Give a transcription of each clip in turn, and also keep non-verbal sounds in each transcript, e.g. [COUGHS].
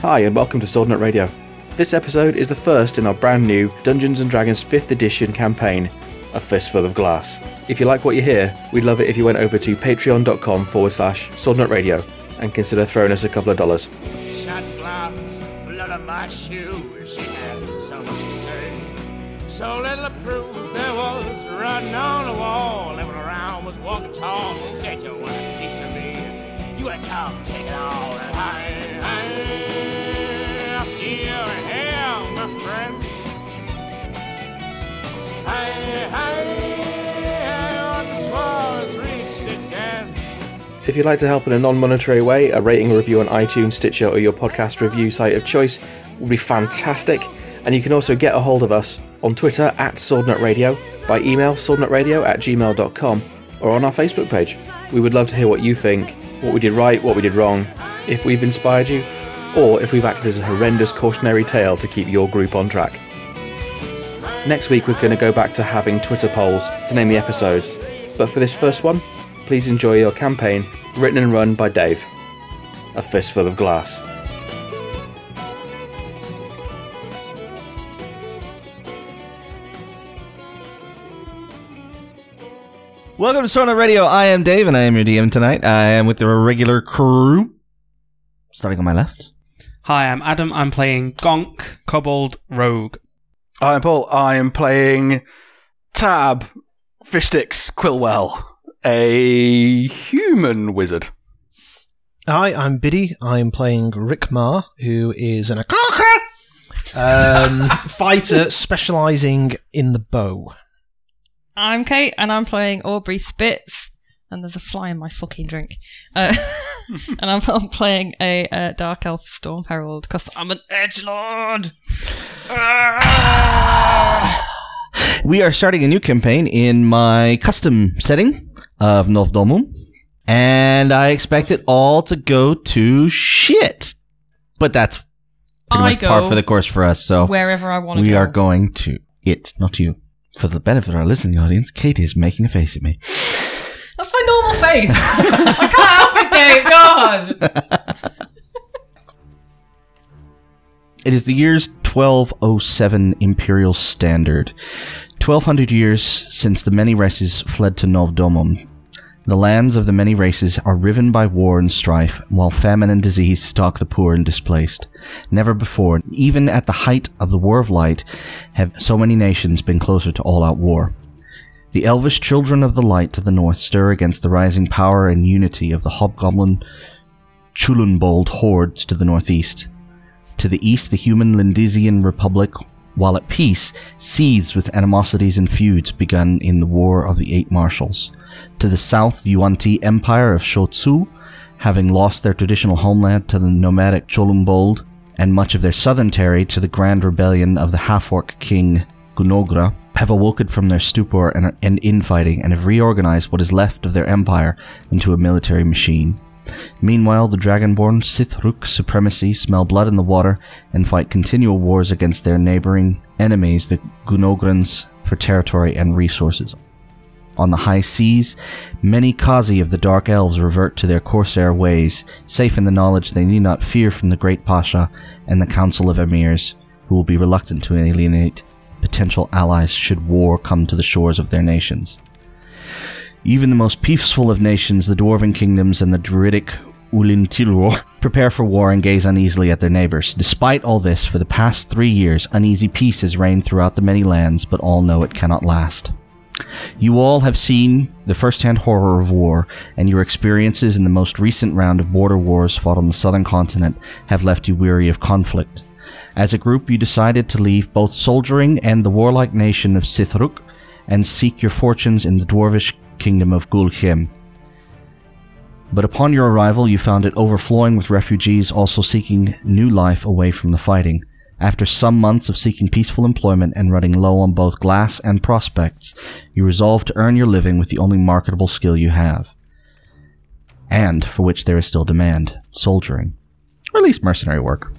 Hi, and welcome to Swordnut Radio. This episode is the first in our brand new Dungeons and Dragons 5th edition campaign, A Fistful of Glass. If you like what you hear, we'd love it if you went over to patreon.com forward slash swordnut radio and consider throwing us a couple of dollars. Shot blocks, blood on my shoes. She had so much to say, so little to prove. There was writing on the wall, living around was walking tall. She said you want a piece of me, you would come take it all. And I, I, I'll see you in hell, my friend. I, I, on the swallows reach its end. If you'd like to help in a non monetary way, a rating or review on iTunes, Stitcher, or your podcast review site of choice would be fantastic. And you can also get a hold of us on Twitter at Swordnut Radio, by email swordnutradio at gmail.com, or on our Facebook page. We would love to hear what you think, what we did right, what we did wrong, if we've inspired you, or if we've acted as a horrendous cautionary tale to keep your group on track. Next week, we're going to go back to having Twitter polls to name the episodes. But for this first one, please enjoy your campaign, written and run by Dave. A fistful of glass. Welcome to Sona Radio. I am Dave, and I am your DM tonight. I am with the regular crew. Starting on my left. Hi, I'm Adam. I'm playing Gonk, Kobold, Rogue. I'm Paul. I am playing Tab Fistix Quillwell, a human wizard. Hi, I'm Biddy. I'm playing Rick Mar, who is an Akaka [LAUGHS] um, fighter specializing in the bow. I'm Kate, and I'm playing Aubrey Spitz. And there's a fly in my fucking drink. Uh, [LAUGHS] and I'm, I'm playing a uh, Dark Elf Storm Herald because I'm an Edge Lord. We are starting a new campaign in my custom setting of Novdomum, and I expect it all to go to shit. But that's pretty I much par go for the course for us. So Wherever I want to Oh, we go. are going to it, not you. For the benefit of our listening audience, Kate is making a face at me. That's my normal face. [LAUGHS] I can't help it, Dave. God. It is the year's 1207 Imperial Standard. 1200 years since the many races fled to Novdomum. The lands of the many races are riven by war and strife, while famine and disease stalk the poor and displaced. Never before, even at the height of the War of Light, have so many nations been closer to all out war. The elvish children of the light to the north stir against the rising power and unity of the hobgoblin Chulunbold hordes to the northeast. To the east, the human Lindisian Republic, while at peace, seethes with animosities and feuds begun in the War of the Eight Marshals. To the south, the Yuan-Ti Empire of Shotsu, having lost their traditional homeland to the nomadic Cholumbold, and much of their southern territory to the grand rebellion of the half-orc king Gunogra, have awoken from their stupor and, and infighting and have reorganized what is left of their empire into a military machine. Meanwhile, the Dragonborn Sithruk supremacy smell blood in the water and fight continual wars against their neighboring enemies, the Gunograns, for territory and resources. On the high seas, many Kazi of the Dark Elves revert to their corsair ways, safe in the knowledge they need not fear from the Great Pasha and the Council of Emirs, who will be reluctant to alienate potential allies should war come to the shores of their nations. Even the most peaceful of nations, the Dwarven Kingdoms and the Druidic Ulintilor, [LAUGHS] prepare for war and gaze uneasily at their neighbors. Despite all this, for the past three years, uneasy peace has reigned throughout the many lands, but all know it cannot last. You all have seen the first-hand horror of war, and your experiences in the most recent round of border wars fought on the southern continent have left you weary of conflict. As a group, you decided to leave both soldiering and the warlike nation of Sithruk and seek your fortunes in the dwarvish kingdom of Gulchim. But upon your arrival, you found it overflowing with refugees also seeking new life away from the fighting. After some months of seeking peaceful employment and running low on both glass and prospects, you resolve to earn your living with the only marketable skill you have, and for which there is still demand soldiering, or at least mercenary work.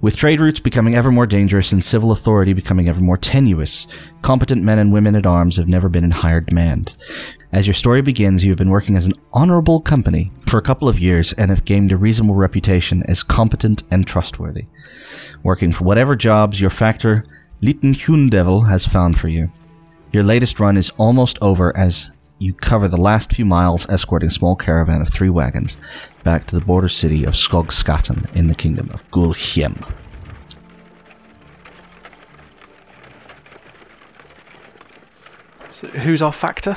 With trade routes becoming ever more dangerous and civil authority becoming ever more tenuous, competent men and women at arms have never been in higher demand. As your story begins, you have been working as an honorable company for a couple of years and have gained a reasonable reputation as competent and trustworthy, working for whatever jobs your factor, Litten Hundevil, has found for you. Your latest run is almost over as you cover the last few miles escorting a small caravan of three wagons back to the border city of Skogskatten in the kingdom of Gulhjem. So who's our factor?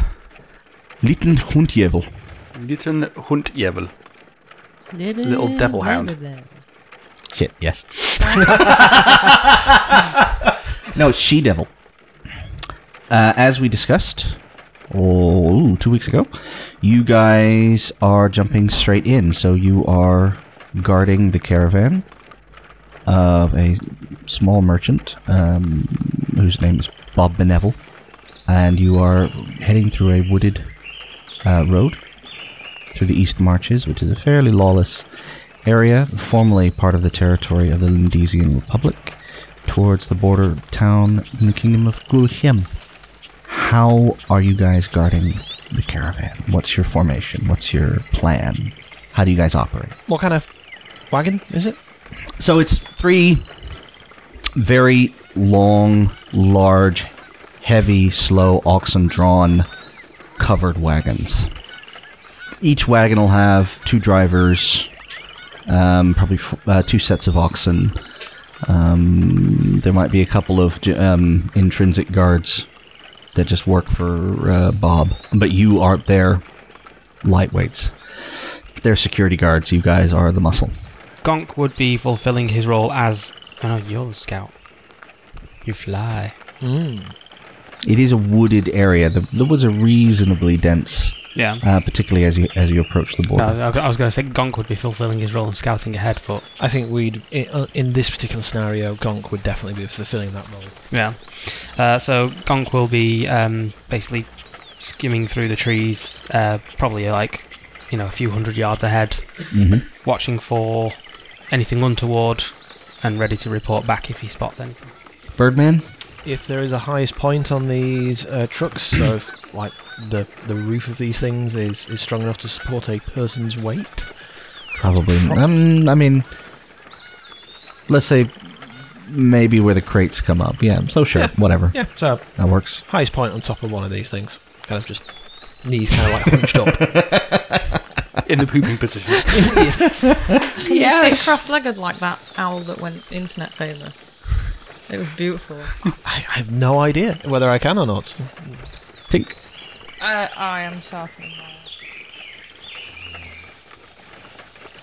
Litten Hundjevel. Litten Huntjevel. Little devil hound. Shit, yes. [LAUGHS] no, it's She Devil. Uh, as we discussed oh, ooh, two weeks ago, you guys are jumping straight in. So you are guarding the caravan of a small merchant um, whose name is Bob Benevil. And you are heading through a wooded uh, road through the East Marches, which is a fairly lawless area, formerly part of the territory of the Lindesian Republic, towards the border town in the kingdom of Gulhjem. How are you guys guarding the caravan? What's your formation? What's your plan? How do you guys operate? What kind of wagon is it? So it's three very long, large, heavy, slow, oxen drawn, covered wagons. Each wagon will have two drivers, um, probably f- uh, two sets of oxen. Um, there might be a couple of j- um, intrinsic guards that just work for uh, Bob, but you aren't there. Lightweights. They're security guards. You guys are the muscle. Gonk would be fulfilling his role as. Oh, no, you're the scout. You fly. Hmm. It is a wooded area. The, the woods are reasonably dense, Yeah. uh, particularly as you as you approach the No, border. I I was going to say Gonk would be fulfilling his role in scouting ahead, but I think we'd, i- uh, in this particular scenario, Gonk would definitely be fulfilling that role. yeah. Uh, so Gonk will be um, basically skimming through the trees, uh, probably like you know a few hundred yards ahead, Mhm. watching for anything untoward, and ready to report back if he spots anything. Birdman, If there is a highest point on these uh, trucks, so [COUGHS] if, like the the roof of these things is, is strong enough to support a person's weight, probably. Um, I mean, let's say maybe where the crates come up. Yeah. So sure, whatever. yeah, so That works. highest point on top of one of these things, kind of just knees kind of like hunched [LAUGHS] up. In the pooping position. Can yeah. you sit cross-legged like that owl that went internet famous? It was beautiful. I, I have no idea whether I can or not. Pink. Uh, I am sharpening my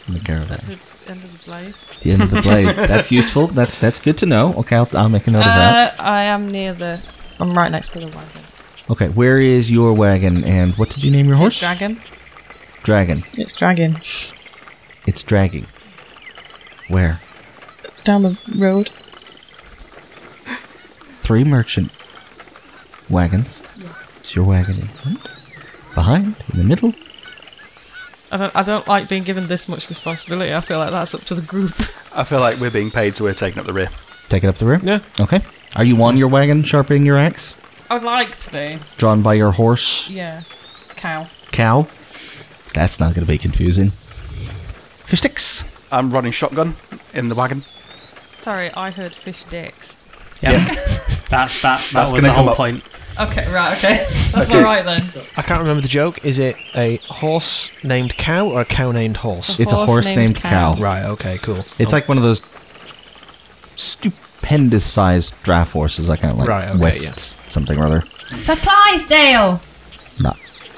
The caravan. end of the blade. The end of the blade. That's useful. That's that's good to know. Okay, I'll, I'll make a note of that. Uh, I am near the. I'm right next to the wagon. Okay, where is your wagon and what did you name your horse? Dragon. Dragon. It's dragon. It's dragging. Where? Down the road. Three merchant wagons. It's your wagon in front, behind, in the middle. I don't. I don't like being given this much responsibility. I feel like that's up to the group. I feel like we're being paid, so we're taking up the rear. Take it up the rear. Yeah. Okay. Are you on your wagon sharpening your axe? [LAUGHS] I'd like to be. Drawn by your horse, Yeah. Cow. cow? That's not going to be confusing. Fish sticks. I'm running shotgun in the wagon. Sorry, I heard fish dicks. Yeah. That's that. That was That's gonna the come whole up. point. Okay. Right. [LAUGHS] Okay. That's all [LAUGHS] right then. I can't remember the joke. Is it a horse named cow or a cow named horse? A it's a horse named, cow. Right. Okay. Cool. It's like one of those stupendous sized draft horses. I kind of like Right, okay, West yeah. something or other. Supplies, Dale. No,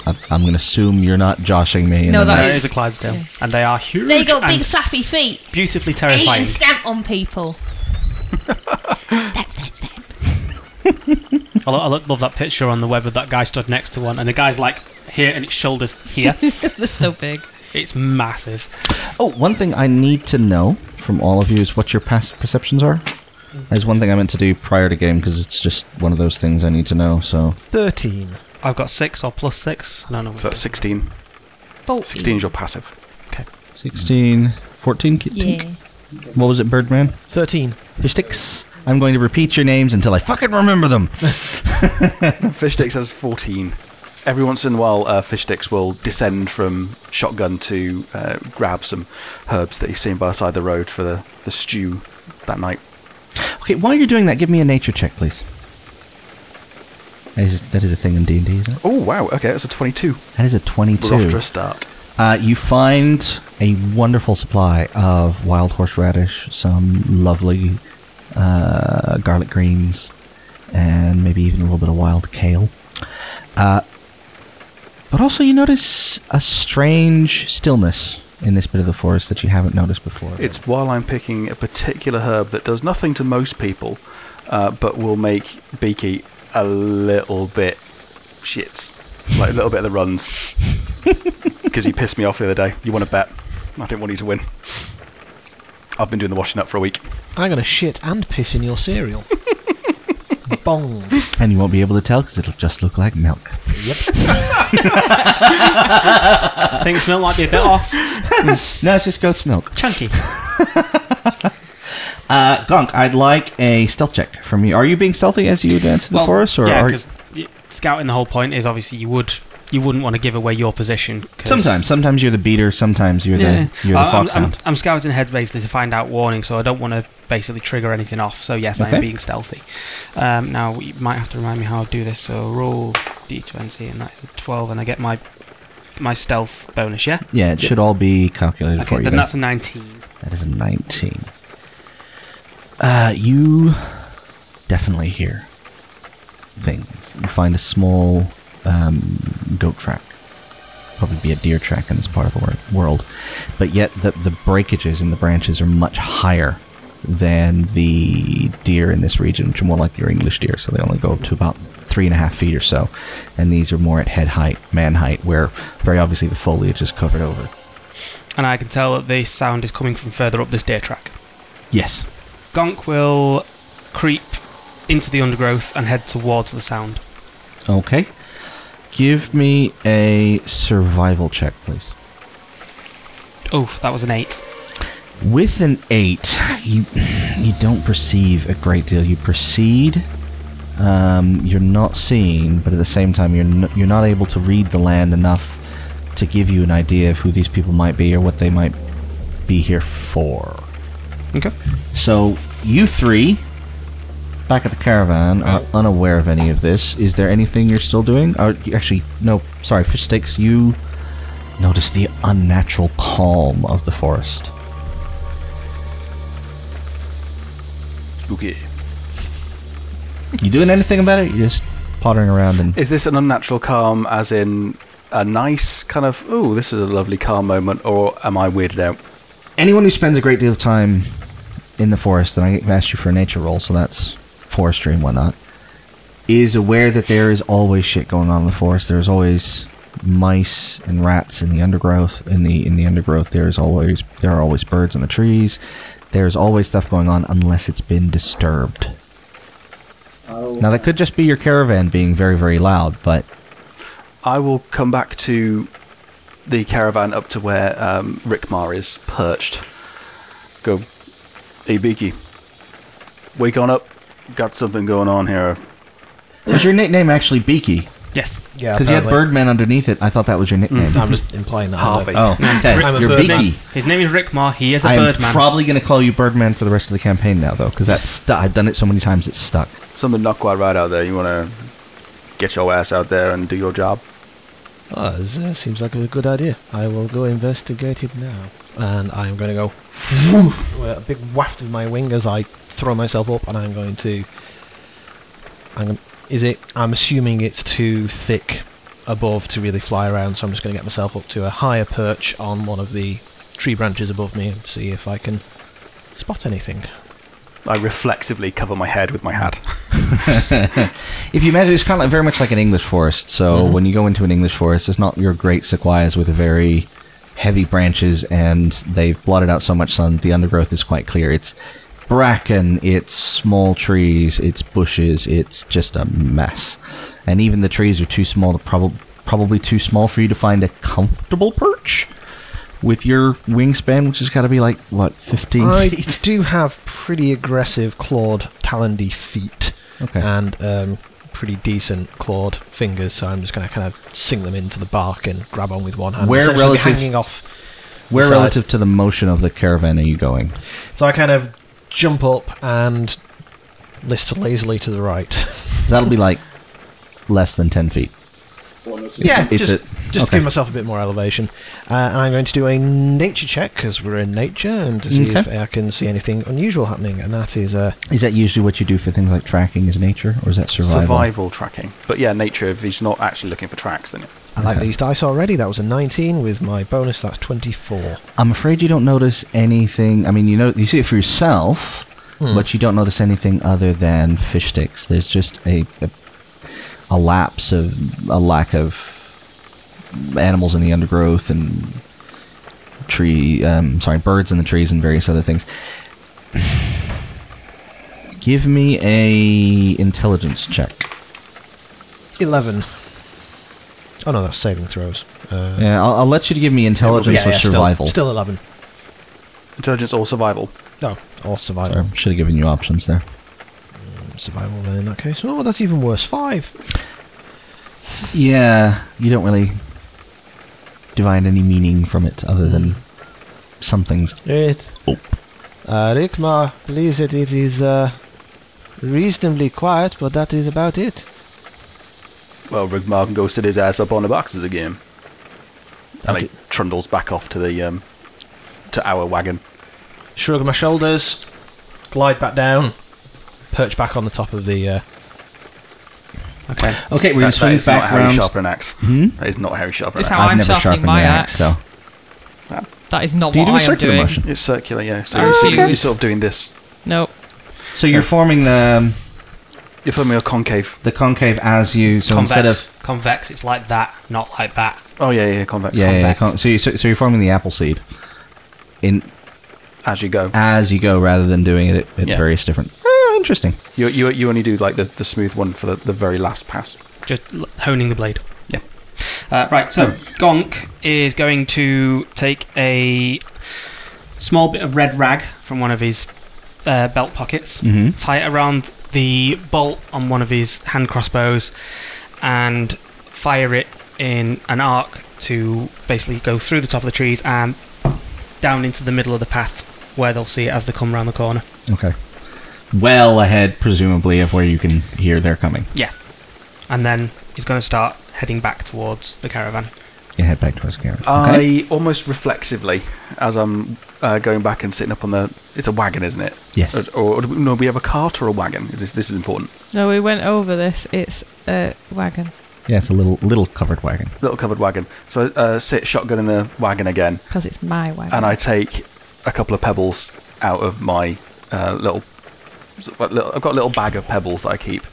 I, I'm going to assume you're not joshing me. in No, the that night. There is a Clydesdale, and they are huge They got and big flappy feet. beautifully They terrifying. even stamp on people. I, lo- I lo- love that picture on the web of that guy stood next to one, and the guy's like here, and its shoulders [LAUGHS] here. They're so big. it's massive. Oh, one thing I need to know from all of you is what your past perceptions are. There's one thing I meant to do prior to game because it's just one of those things I need to know. So Thirteen. I've got six or plus six. I don't know. So that's 16. Bolt. 16 is your passive. 16, 14, ki- Yeah. What was it, Birdman? 13. Fish sticks. I'm going to repeat your names until I fucking remember them. Fish Sticks has 14. Every once in a while, uh, Fish Sticks will descend from shotgun to uh, grab some herbs that he's seen by the side of the road for the, the stew that night. Okay, while you're doing that, give me a nature check, please. That is, that is a thing in D&D, isn't it? Oh, wow. Okay, that's a 22. That is a 22. We're off to a start. Uh, you find a wonderful supply of wild horseradish, some lovely uh, garlic greens, and maybe even a little bit of wild kale. Uh, but also, you notice a strange stillness in this bit of the forest that you haven't noticed before. It's while I'm picking a particular herb that does nothing to most people, uh, but will make Beaky a little bit shit. Like a little bit of the runs. Because he pissed me off the other day. You want to bet? I didn't want you to win. I've been doing the washing up for a week. I'm going to shit and piss in your cereal. Bong. and you won't be able to tell because it'll just look like milk. [LAUGHS] Things smell like they're a bit [LAUGHS] off. No, it's just goat's milk. Chunky. Uh, Gonk, I'd like a stealth check from you. Are you being stealthy as you advance in the forest, or yeah, are because scouting the whole point is obviously you would you wouldn't want to give away your position. 'cause- sometimes? Sometimes you're the beater. Sometimes you're Yeah. the you're the I- I'm- fox I'm, hound. I'm scouting ahead basically to find out warning, so I don't want to basically trigger anything off. So yes, I Okay. am being stealthy. Um, now you might have to remind me how I do this. So roll d20 and that's a 12, and I get my my stealth bonus. Yeah. Yeah, it should all be calculated for Okay, you. then guys. that's a 19. That is a 19. Uh, you definitely hear things. You find a small um, goat track. Probably be a deer track in this part of the wor- world. But yet, the, the breakages in the branches are much higher than the deer in this region, which are more like your English deer. So they only go up to about three and a half feet or so. And these are more at head height, man height, where very obviously the foliage is covered over. And I can tell that the sound is coming from further up this deer track. Yes. Gonk will creep into the undergrowth and head towards the sound. Okay. Give me a survival check, please. Oh, that was an 8. With an eight, you you don't perceive a great deal. You proceed. Um, you're not seeing, but at the same time, you're n- you're not able to read the land enough to give you an idea of who these people might be or what they might be here for. Okay. So you three, back at the caravan, are unaware of any of this. Is there anything you're still doing? Or you- actually, no. Sorry, fish sticks. You notice the unnatural calm of the forest. Spooky. You doing anything about it? You're just pottering around and Is this an unnatural calm, as in a nice kind of, ooh, this is a lovely calm moment, or am I weirded out? anyone who spends a great deal of time in the forest, and I asked you for a nature roll, so that's forestry and whatnot, is aware that there is always shit going on in the forest. There's always mice and rats in the undergrowth. In the in the undergrowth, there is always there are always birds in the trees. There's always stuff going on unless it's been disturbed. Now that could just be your caravan being very very loud, but I will come back to the caravan up to where um, Rickmar is perched. Go, hey Beaky, wake on up. Got something going on here. was your nickname actually Beaky? Yes. Yeah, Because you had apparently. Mm, Birdman underneath it. I thought that was your nickname. I'm just implying that. Harvey. Oh, okay. I'm a You're Birdman. Beaky. His name is Rickmar. He is a I am birdman. probably going to call you Birdman for the rest of the campaign now, though, because that's stu- I've done it so many times it's stuck. Something not quite right out there. You want to get your ass out there and do your job? Oh, this uh, seems like a good idea. I will go investigate it now. And I'm going to go with a big waft of my wing as I throw myself up, and I'm going to. I'm going is it? I'm assuming it's too thick above to really fly around, so I'm just going to get myself up to a higher perch on one of the tree branches above me and see if I can spot anything. I reflexively cover my head with my hat. if you imagine, it's kind of like, very much like an English forest. So Mm-hmm. when you go into an English forest, it's not your great sequoias with very heavy branches, and they've blotted out so much sun. The undergrowth is quite clear. It's bracken, it's small trees, it's bushes. It's just a mess, and even the trees are too small to probably probably too small for you to find a comfortable perch. with your wingspan, which has got to be like what 15 I feet. do have pretty aggressive clawed talendy feet Okay. and um, pretty decent clawed fingers, so I'm just going to kind of sink them into the bark and grab on with one hand. Where essentially relative- Hanging off. Where so I- relative to the motion of the caravan are you going? So I kind of jump up and list lazily to the right. That'll be like less than 10 feet. yeah, it's just, a- just to okay. give myself a bit more elevation. Uh, and I'm going to do a nature check because we're in nature and to see Okay. if I can see anything unusual happening. And that is uh, Is that usually what you do for things like tracking is nature or is that survival? Survival tracking. But yeah, nature, if he's not actually looking for tracks, then I like Okay. these dice already. That was a 19 with my bonus. That's 24. I'm afraid you don't notice anything. I mean, you know you see it for yourself, Hmm. but you don't notice anything other than fish sticks. There's just a a, a lapse of a lack of animals in the undergrowth and tree um sorry, birds in the trees and various other things. [SIGHS] Give me a intelligence check. 11. Oh no, that's saving throws. Uh, Yeah, I'll, I'll let you give me intelligence yeah, or yeah, still- survival. Still, 11. intelligence or survival. No, or survival. Sorry, should have given you options there. Survival then in that case. Oh, that's even worse. 5. Yeah, you don't really divine any meaning from it other than something's. It. Uh, Rickma believes that it is uh, reasonably quiet, but that is about it. Well, Rigmarvin goes to his ass up on the boxes again. And he trundles back off to the um, to our wagon. Shrug my shoulders, glide back down, perch back on the top of the. Uh, Okay. Okay, we're That- that is not how you sharpen an axe. Hmm? Oh, That is not how you sharpen It's an how axe. I've I'm never sharpening sharpened my an axe, axe. so. That is not Do you what do a I am circular doing. motion? It's circular, yeah. So, Oh, so okay. you're, you're sort of doing this. Nope. So you're forming the You're filming a concave. the concave as you. So convex. instead of convex. It's like that, not like that. Oh yeah, yeah, convex. yeah, yeah, yeah, convex. con- so, you, so so you're forming the apple seed in As you go, as you go rather than doing it at Yeah. various different. Ah, interesting. you, you you only do like the, the smooth one for the, the very last pass. Just l- honing the blade. Yeah. Uh, right. So Gonk is going to take a small bit of red rag from one of his uh, belt pockets, Mhm. tie it around the bolt on one of his hand crossbows, and fire it in an arc to basically go through the top of the trees and down into the middle of the path where they'll see it as they come round the corner. Okay. Well ahead, presumably, of where you can hear they're coming. Yeah. And then he's going to start heading back towards the caravan. You head back towards the camera. I almost reflexively, as I'm uh, going back and sitting up on the, it's a wagon, isn't it? Yes. Or, or do we- no, we have a cart or a wagon. Is this this is important? No, we went over this. It's a wagon. Yeah, it's a little little covered wagon. Little covered wagon. So uh, sit shotgun in the wagon again, Because it's my wagon. and I take a couple of pebbles out of my uh, little, sort of little. I've got a little bag of pebbles that I keep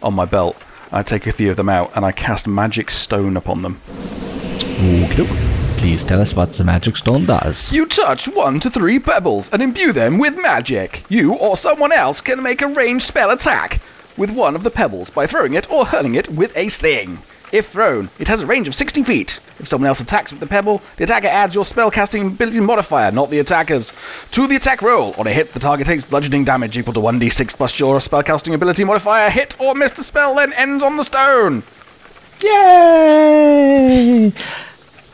on my belt. I take a few of them out and I cast magic stone upon them. Please tell us what the magic stone does. You touch one to three pebbles and imbue them with magic. You or someone else can make a ranged spell attack with one of the pebbles by throwing it or hurling it with a sling. If thrown, it has a range of 60 feet. If someone else attacks with the pebble, the attacker adds your spellcasting ability modifier, not the attacker's, to the attack roll. On a hit, the target takes bludgeoning damage equal to 1d6 plus your spellcasting ability modifier. Hit or miss the spell, then ends on the stone. Yay!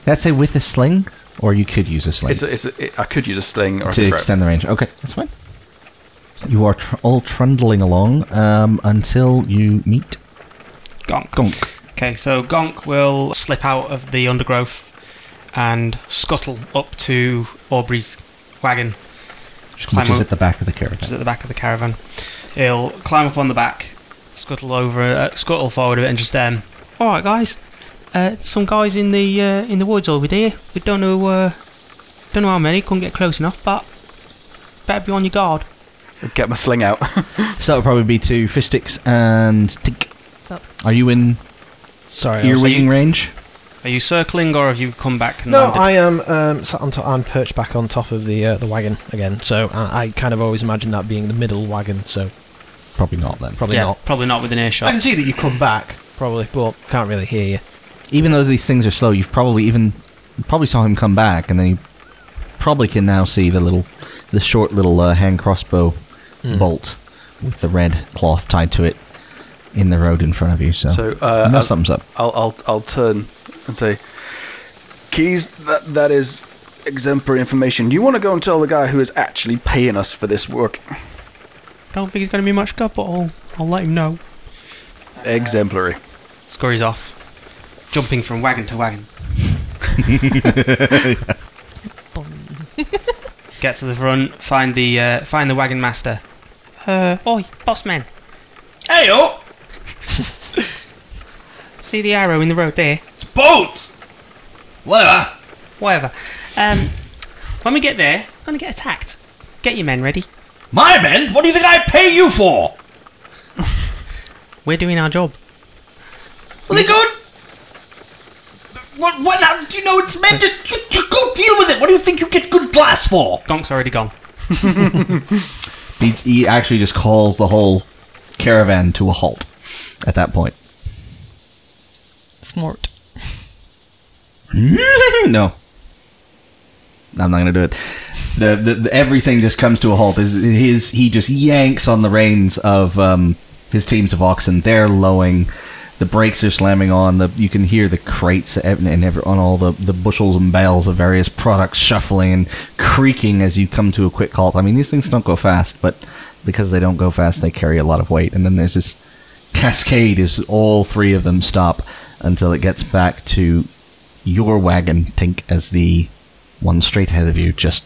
That's a with a sling, or you could use a sling It's a, it's a, it, I could use a sling or I to could throw it. extend the range. Okay, that's fine. You are tr- all trundling along um, until you meet Gonk. Gonk. Okay, so Gonk will slip out of the undergrowth and scuttle up to Aubrey's wagon. Just which climb is up, at the back of the which is caravan. at the back of the caravan. He'll climb up on the back, scuttle over, uh, scuttle forward a bit, and just um. All right, guys. Uh, some guys in the uh, in the woods over there. We don't know uh, don't know how many. Couldn't get close enough, but better be on your guard. Get my sling out. So that would probably be to fistics and tink. Stop. Are you in Sorry, I was- earwing range? Are you circling or have you come back? And No, landed? I am um, sat on top. I'm perched back on top of the uh, the wagon again. So I, I kind of always imagine that being the middle wagon. So Probably not then. probably yeah, not. probably not within I can earshot. see that you come back probably, but can't really hear you. Even though these things are slow, you've probably even probably saw him come back, and then you probably can now see the little, the short little uh, hand crossbow Hmm. bolt with the red cloth tied to it in the road in front of you. So, So, uh, you know I'll- something's up. I'll I'll I'll turn and say, Keys, that that is exemplary information. You want to go and tell the guy who is actually paying us for this work. Don't think he's going to be much good, but I'll, I'll let him know. Exemplary. Scurries off, jumping from wagon to wagon. Get to the front, find the uh, find the wagon master. Uh, oi, boss man. Hey oh! up! [LAUGHS] See the arrow in the road there? It's bolts! Whatever. Whatever. Um, when we get there, I'm gonna get attacked. Get your men ready. My men? What do you think I pay you for? [LAUGHS] We're doing our job. Well, they go. What? What? How do you know it's meant to, to, to go deal with it? What do you think you get good glass for? Gonk's already gone. He, he actually just calls the whole caravan to a halt at that point. Smart. [LAUGHS] no. I'm not gonna do it. The, the, the everything just comes to a halt. His, his he just yanks on the reins of um, his teams of oxen. They're lowing. The brakes are slamming on. The you can hear the crates and, and every, on all the, the bushels and bales of various products shuffling and creaking as you come to a quick halt. I mean, these things don't go fast, but because they don't go fast, they carry a lot of weight. And then there's this cascade as all three of them stop until it gets back to your wagon, Tink, as the one straight ahead of you just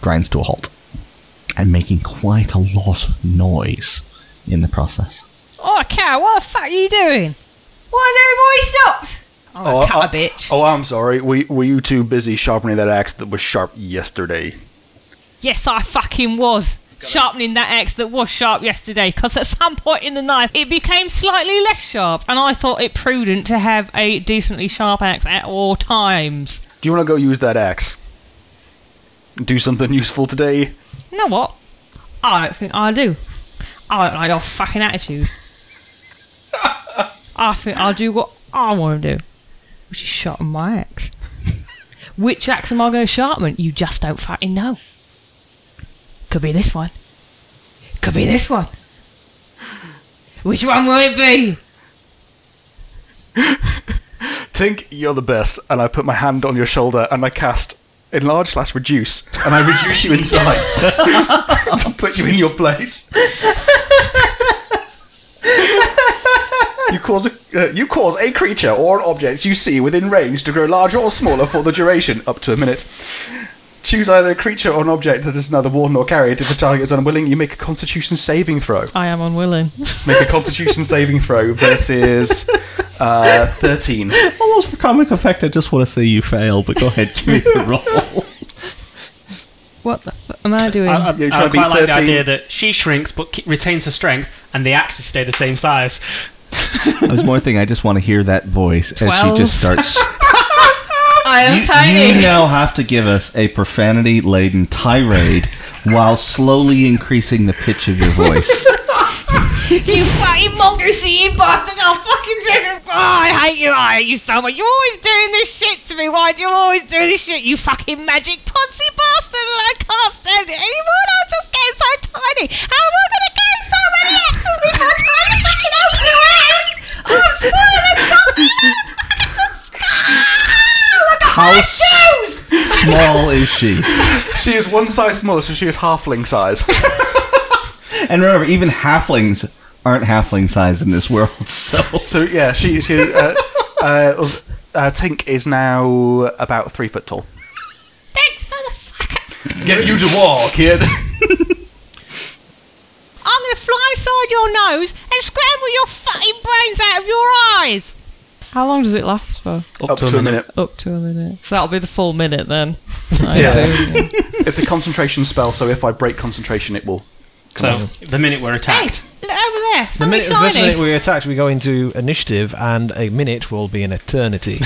grinds to a halt and making quite a lot of noise in the process. Oh, cow, what the fuck are you doing? Why is everybody stopped? Oh, Oh, I- cut a bitch. [LAUGHS] Oh, I'm sorry. Were, were you too busy sharpening that axe that was sharp yesterday? Yes, I fucking was. Sharpening that axe that was sharp yesterday, because at some point in the knife it became slightly less sharp, and I thought it prudent to have a decently sharp axe at all times. Do you want to go use that axe? Do something useful today? You know what? I don't think I do. I don't like your fucking attitude. I think I'll do what I want to do, which is sharpen my axe. which axe am I going to sharpen? You just don't fucking know. Could be this one. Could be this one. Which one will it be? Tink, you're the best. And I put my hand on your shoulder and I cast enlarge slash reduce. And I reduce you in size [LAUGHS] to put you in your place. You cause, a, uh, you cause a creature or an object you see within range to grow larger or smaller for the duration, up to a minute. Choose either a creature or an object that is neither worn nor carried. If the target is unwilling, you make a constitution saving throw. I am [LAUGHS] unwilling. Make a constitution saving throw versus uh, 13. Almost for comic effect, I just want to see you fail, but go ahead, give me the roll. what the f- am I doing? I- I- Uh, you're Uh, I trying to be quite like the 13. idea that she shrinks but ke- retains her strength, and the axes stay the same size. [LAUGHS] There's more thing, I just want to hear that voice as Twelve. she just starts. I am you, you now have to give us a profanity laden tirade while slowly increasing the pitch of your voice. You fucking mongoosey, you bastard! I'll fucking do oh, I hate you! I hate you so much! You're always doing this shit to me! Why do you always do this shit? You fucking magic potsy bastard! And I can't stand it anymore! I just get so tiny! How am I gonna get so many X's if I'm trying to fucking open your ass? I'm swirling something! Look at How my s- shoes! Small is she. She is one size smaller, so she is halfling size. [LAUGHS] And remember, even halflings aren't halfling size in this world. So so yeah, she she uh, uh, uh, Tink is now about three foot tall. Thanks, motherfucker! Get you to war, kid. I'm gonna fly inside your nose and scramble your fucking brains out of your eyes! How long does it last for? Up, to, a minute. Up to a minute. So that'll be the full minute then. Yeah. it's a concentration spell, so if I break concentration, it will. So the minute we're Hey, attacked, look over there. The Something minute, the shiny. minute we attack, we go into initiative, and a minute will be an [LAUGHS] eternity.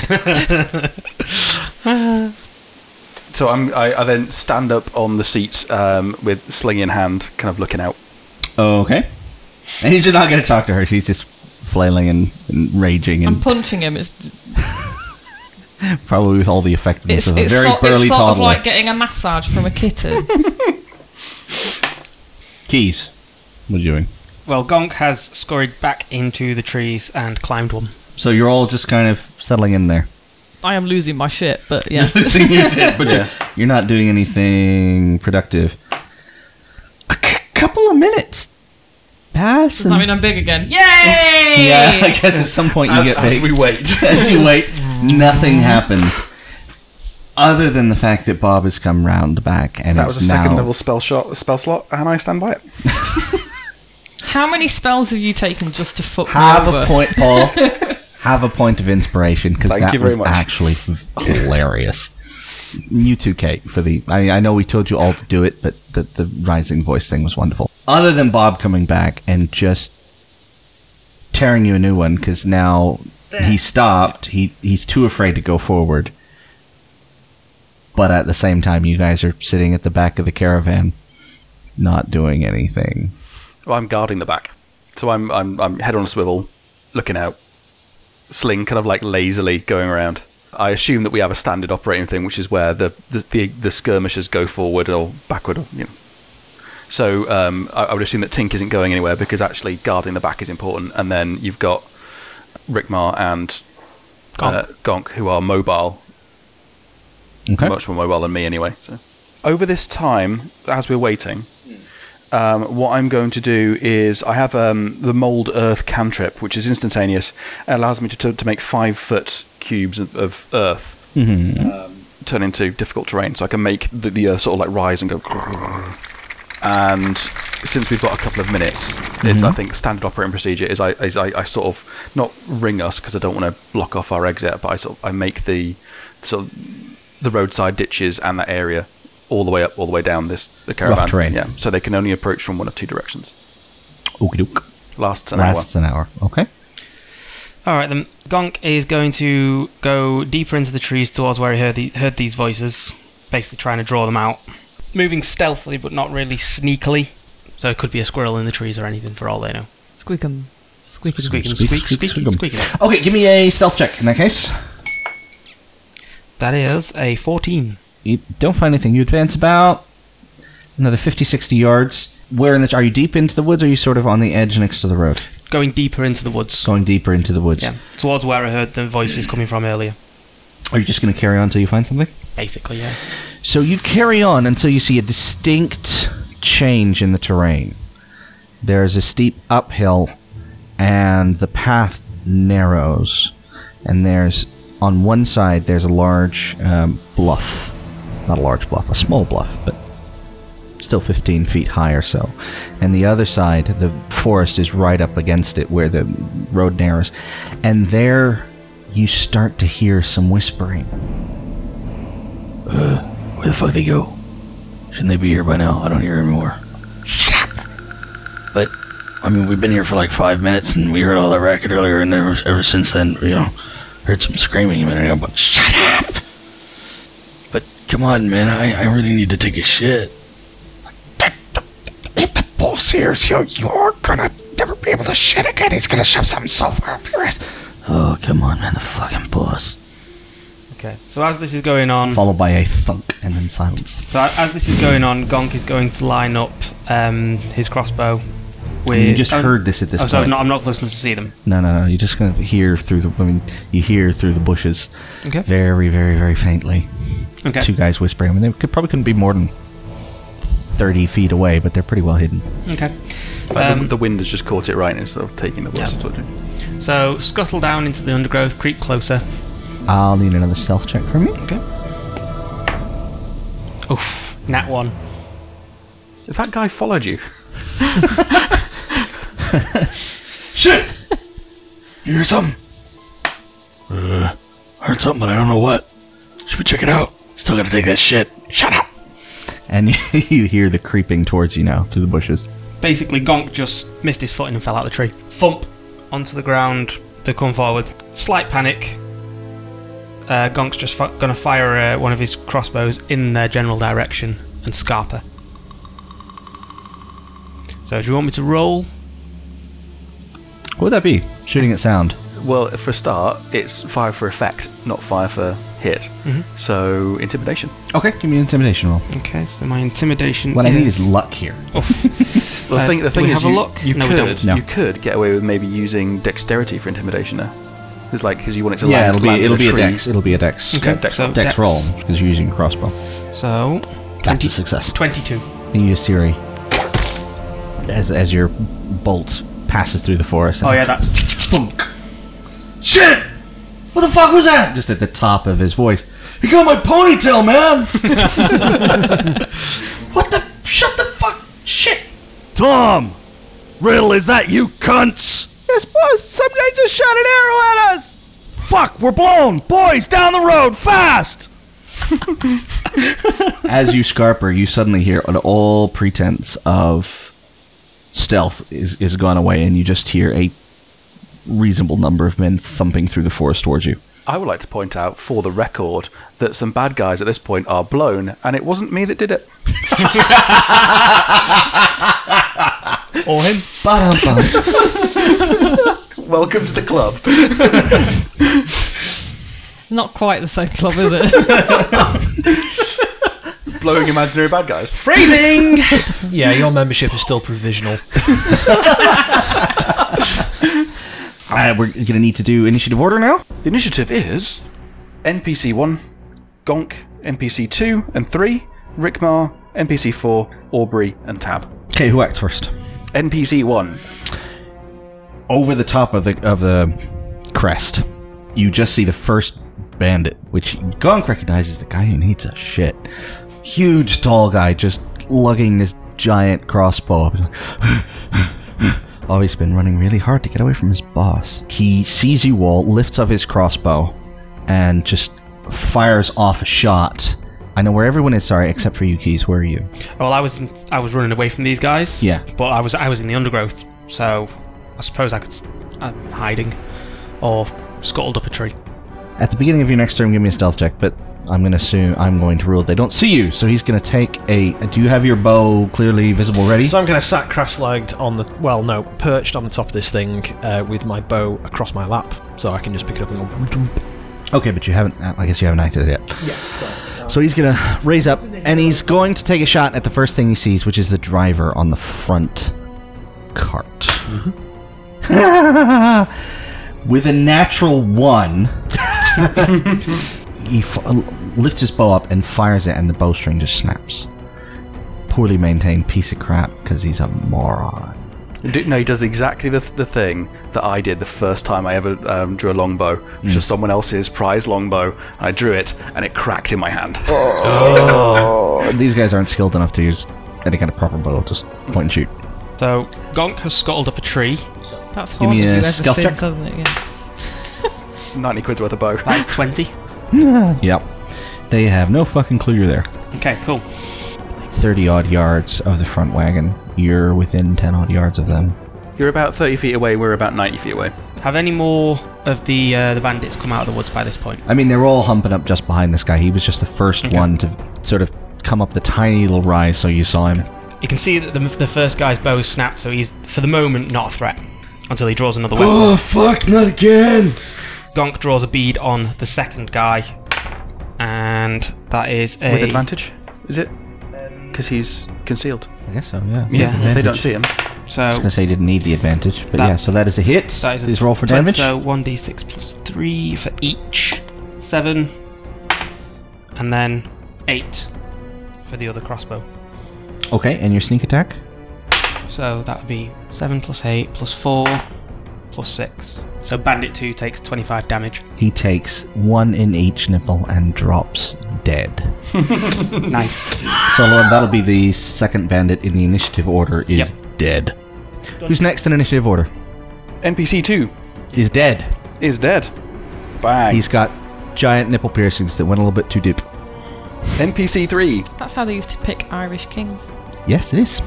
So I'm I, I then stand up on the seat um, with sling in hand, kind of looking out. okay. And you're just not going to talk to her. She's just flailing and, and raging I'm and punching him. It's Um, Probably with all the effectiveness It's, of a it's, very sort, it's burly sort of toddler. like getting a massage from [LAUGHS] a kitten. Keys. What are you doing? Well, Gonk has scurried back into the trees and climbed one. So you're all just kind of settling in there. I am losing my shit, [LAUGHS] but yeah. Losing your shit, but you're- you're not doing anything productive. A c- couple of minutes pass. Does that mean and- I'm [LAUGHS] big again? Yay! yeah, I guess at some point you As- get as big. we wait. [LAUGHS] Mm-hmm. as you wait, nothing happens. Other than the fact that Bob has come round the back and That it's was a now second level spell shot, spell slot, and I stand by it. How many spells have you taken just to fuck me have over? a point, Paul. [LAUGHS] have a point of inspiration because Thank that you very was much. [LAUGHS] actually hilarious. You too, Kate. For the I, I know we told you all to do it, but the, the rising voice thing was wonderful. Other than Bob coming back and just tearing you a new one because now he stopped. He he's too afraid to go forward. But at the same time, you guys are sitting at the back of the caravan, not doing anything. Well, I'm guarding the back, so I'm I'm I'm head on a swivel, looking out, sling kind of like lazily going around. I assume that we have a standard operating thing, which is where the the, the, the skirmishers go forward or backward, or, you know. So um, I, I would assume that Tink isn't going anywhere because actually guarding the back is important, and then you've got Rickmar and uh, Gonk who are mobile Okay. much more mobile than me anyway. So. Over this time, as we're waiting, um, what I'm going to do is I have um, the mold earth cantrip, which is instantaneous. It allows me to, to, to make five foot cubes of, of earth um, turn into difficult terrain, so I can make the, the earth sort of like rise and go. And since we've got a couple of minutes, it's, Mm-hmm. I think standard operating procedure is I, is I, I sort of not ring us because I don't want to block off our exit, but I sort of, I make the sort of the roadside ditches and that area all the way up, all the way down this the caravan. terrain. Yeah, so they can only approach from one of two directions. Okey doke. Lasts an hour. Lasts an hour. Okay. All right, then Gonk is going to go deeper into the trees towards where he heard, the, heard these voices, basically trying to draw them out, moving stealthily but not really sneakily. So it could be a squirrel in the trees or anything for all they know. Squeak 'em. Squeak 'em. Squeaking, Squeak, squeak, squeak, squeaking, squeak 'em. squeaking. Okay, give me a stealth check in that case. That is a 14. You don't find anything. You advance about another 50, 60 yards. Where in the are you deep into the woods? Or are you sort of on the edge next to the road, Going deeper into the woods. going deeper into the woods? Yeah, towards where I heard the voices coming from earlier. Are you just going to carry on until you find something? Basically, yeah. So you carry on until you see a distinct change in the terrain. There's a steep uphill, and the path narrows. And there's on one side there's a large um, bluff, not a large bluff, a small bluff, but still 15 feet high or so. And the other side, the forest is right up against it where the road narrows. And there you start to hear some whispering. Where the fuck they go? Shouldn't they be here by now? I don't hear anymore. But I mean, we've been here for like five minutes, and we heard all that racket earlier, and ever, ever since then, you know, heard some screaming a minute ago. But shut up! But come on, man, I, I really need to take a shit. If the boss hears you, you're gonna never be able to shit again. He's gonna shove something so far up your ass. Oh, come on, man, the fucking boss. Okay, so as this is going on, Followed by a thunk and then silence. so a- as this is going on, Gonk is going to line up um, his crossbow. With, you just oh, heard this at this oh, point. so no, I'm not listening to see them. No, no, no. You're just gonna hear through the. I mean, you hear through the bushes, Okay. very, very, very faintly. Okay. two guys whispering. I mean, they could, probably couldn't be more than 30 feet away, but they're pretty well hidden. Okay. Like, Um, the, the wind has just caught it right and it's sort of taking the worst. sort of- So scuttle down into the undergrowth, creep closer. I'll need another stealth check from you. Oof, nat one. Has that guy followed you? Shit! You hear something? Uh, I heard something, but I don't know what. Should we check it out? Still gotta take that shit. Shut up! And [LAUGHS] you, you hear the creeping towards you now through the bushes. Basically, Gonk just missed his footing and fell out the tree. Thump onto the ground. They come forward. Slight panic. Uh, Gonk's just fi- gonna fire uh, one of his crossbows in their general direction and scarper. So do you want me to roll? What would that be? Shooting at sound. Well, for a start, it's fire for effect, not fire for hit. Mm-hmm. So intimidation. Uh, Okay, give me an intimidation roll. Okay, so my intimidation. What I is- need is luck here. Well, the Uh, thing, the do thing we is, have a you, look? you No, we could don't. No. you could get away with maybe using dexterity for intimidation there. It's like because you want it to yeah, land. it'll be land in it'll be a tree. dex. It'll be a dex. Okay, dex so roll. Dex, roll because you're using a crossbow. So Oh, That's 20 a success. 22. You use theory as as your bolt passes through the forest. Oh yeah, that's Spunk. Shit! What the fuck was that? Just at the top of his voice. He got my ponytail, [LAUGHS] man! what the? Shut the fuck! Shit! Tom! Riddle, is that you cunts? Yes, boss! Some guy just shot an arrow at us! Fuck, we're blown! Boys, down the road, fast! [LAUGHS] As you scarper, you suddenly hear an all pretense of stealth is, is gone away, and you just hear a reasonable number of men thumping through the forest towards you. I would like to point out, for the record, that some bad guys at this point are blown, and it wasn't me that did it. or him. Ba-dum-bum. Welcome to [LAUGHS] the club. Not quite the same club, is [LAUGHS] it? Blowing imaginary bad guys. Breathing. Yeah, your membership is still provisional. Alright, we're gonna need to do initiative order now. The initiative is NPC 1, Gonk, NPC 2 and 3, Rickmar, NPC 4, Aubrey, and Tab. Okay, who acts first? NPC 1. over the top of the of the crest, you just see the first bandit, which Gonk recognizes the guy who needs a shit. Huge, tall guy just lugging this giant crossbow up. [GASPS] He's like, Oh, he's been running really hard to get away from his boss. He sees you all, lifts up his crossbow, and just fires off a shot. I know where everyone is, sorry, except for you, Keys. Where are you? Well, I was I was running away from these guys. Yeah. But I was I was in the undergrowth, so I suppose I could I'm hiding or scuttled up a tree. At the beginning of your next turn, give me a stealth check, but I'm going to assume I'm going to rule they don't see you, so he's going to take a. Do you have your bow clearly visible ready? So I'm going to sat cross-legged on the well, no, perched on the top of this thing uh, with my bow across my lap, so I can just pick it up and go. "Whoop-doom." Okay, but you haven't. uh, I guess you haven't acted yet. Yeah. So uh, he's going to raise up, and he's going to take a shot at the first thing he sees, which is the driver on the front cart. Mm-hmm. [LAUGHS] With a natural one, [LAUGHS] he f- uh, lifts his bow up and fires it, and the bowstring just snaps. Poorly maintained piece of crap because he's a moron. Do- No, he does exactly the, the thing that I did the first time I ever um, drew a longbow, which was someone else's prize longbow. And I drew it, and it cracked in my hand. Oh. These guys aren't skilled enough to use any kind of proper bow. Just point and shoot. So Gonk has scuttled up a tree. That's Give harder me you a ever stealth since, check. hasn't it? Yeah. It's 90 quid's worth of bow. [LAUGHS] Like twenty. Yep. They have no fucking clue you're there. Okay, cool. 30 odd yards of the front wagon. You're within 10 odd yards of them. You're about 30 feet away, we're about 90 feet away. Have any more of the uh, the bandits come out of the woods by this point? I mean, they're all humping up just behind this guy. He was just the first one to sort of come up the tiny little rise, so you saw him. You can see that the, the first guy's bow is snapped, so he's for the moment not a threat until he draws [GASPS] another weapon. fuck, not again! Gonk draws a bead on the second guy, and that is a With advantage, is it? Because he's concealed. I guess so, yeah. Yeah, If they don't see him. I was So going to say he didn't need the advantage, but That- yeah, so that is a hit. that is a Please roll for 20, damage. So one d six plus three for each, seven, and then eight for the other crossbow. Okay, and your sneak attack? So that would be seven plus eight plus four plus six. So bandit two takes twenty five damage. He takes one in each nipple and drops dead. nice. So Lauren, that'll be the second bandit in the initiative order is Yep. dead. Who's next in initiative order? NPC 2 Is dead. is dead. Bang. He's got giant nipple piercings that went a little bit too deep. NPC 3 That's how they used to pick Irish kings. Yes, it is.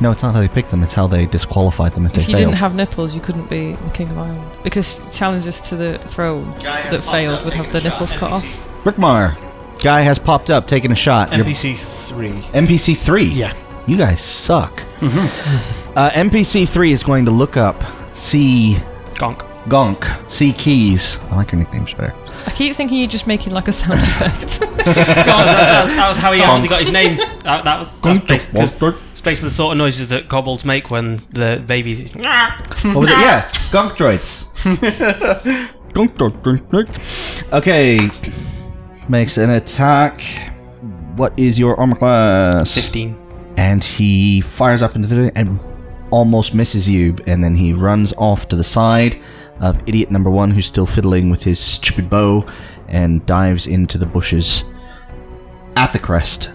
No, it's not how they picked them. It's how they disqualified them if, If they you failed. didn't have nipples, you couldn't be the King of Ireland. Because challenges to the throne that failed would have their nipples cut off. Brickmar, guy has popped up, taking a shot. You're- NPC three. NPC three. Yeah. Mm-hmm. You guys [LAUGHS] suck. uh, NPC three is going to look up, see [LAUGHS] Gonk. Gonk, C Keys. I like your nicknames better. I keep thinking you're just making like [LAUGHS] a sound effect. God, that, that, that was how he actually got his [LAUGHS] name. That, that was that's basi- 'cause it's basically the sort of noises that kobolds make when the baby. What was it? Yeah, Gonk [LAUGHS] Droids. gonk droid, droid, droid. Okay, makes an attack. What is your armor class? Fifteen. and he fires up into the and almost misses you and then he runs off to the side of idiot number one who's still fiddling with his stupid bow and dives into the bushes at the crest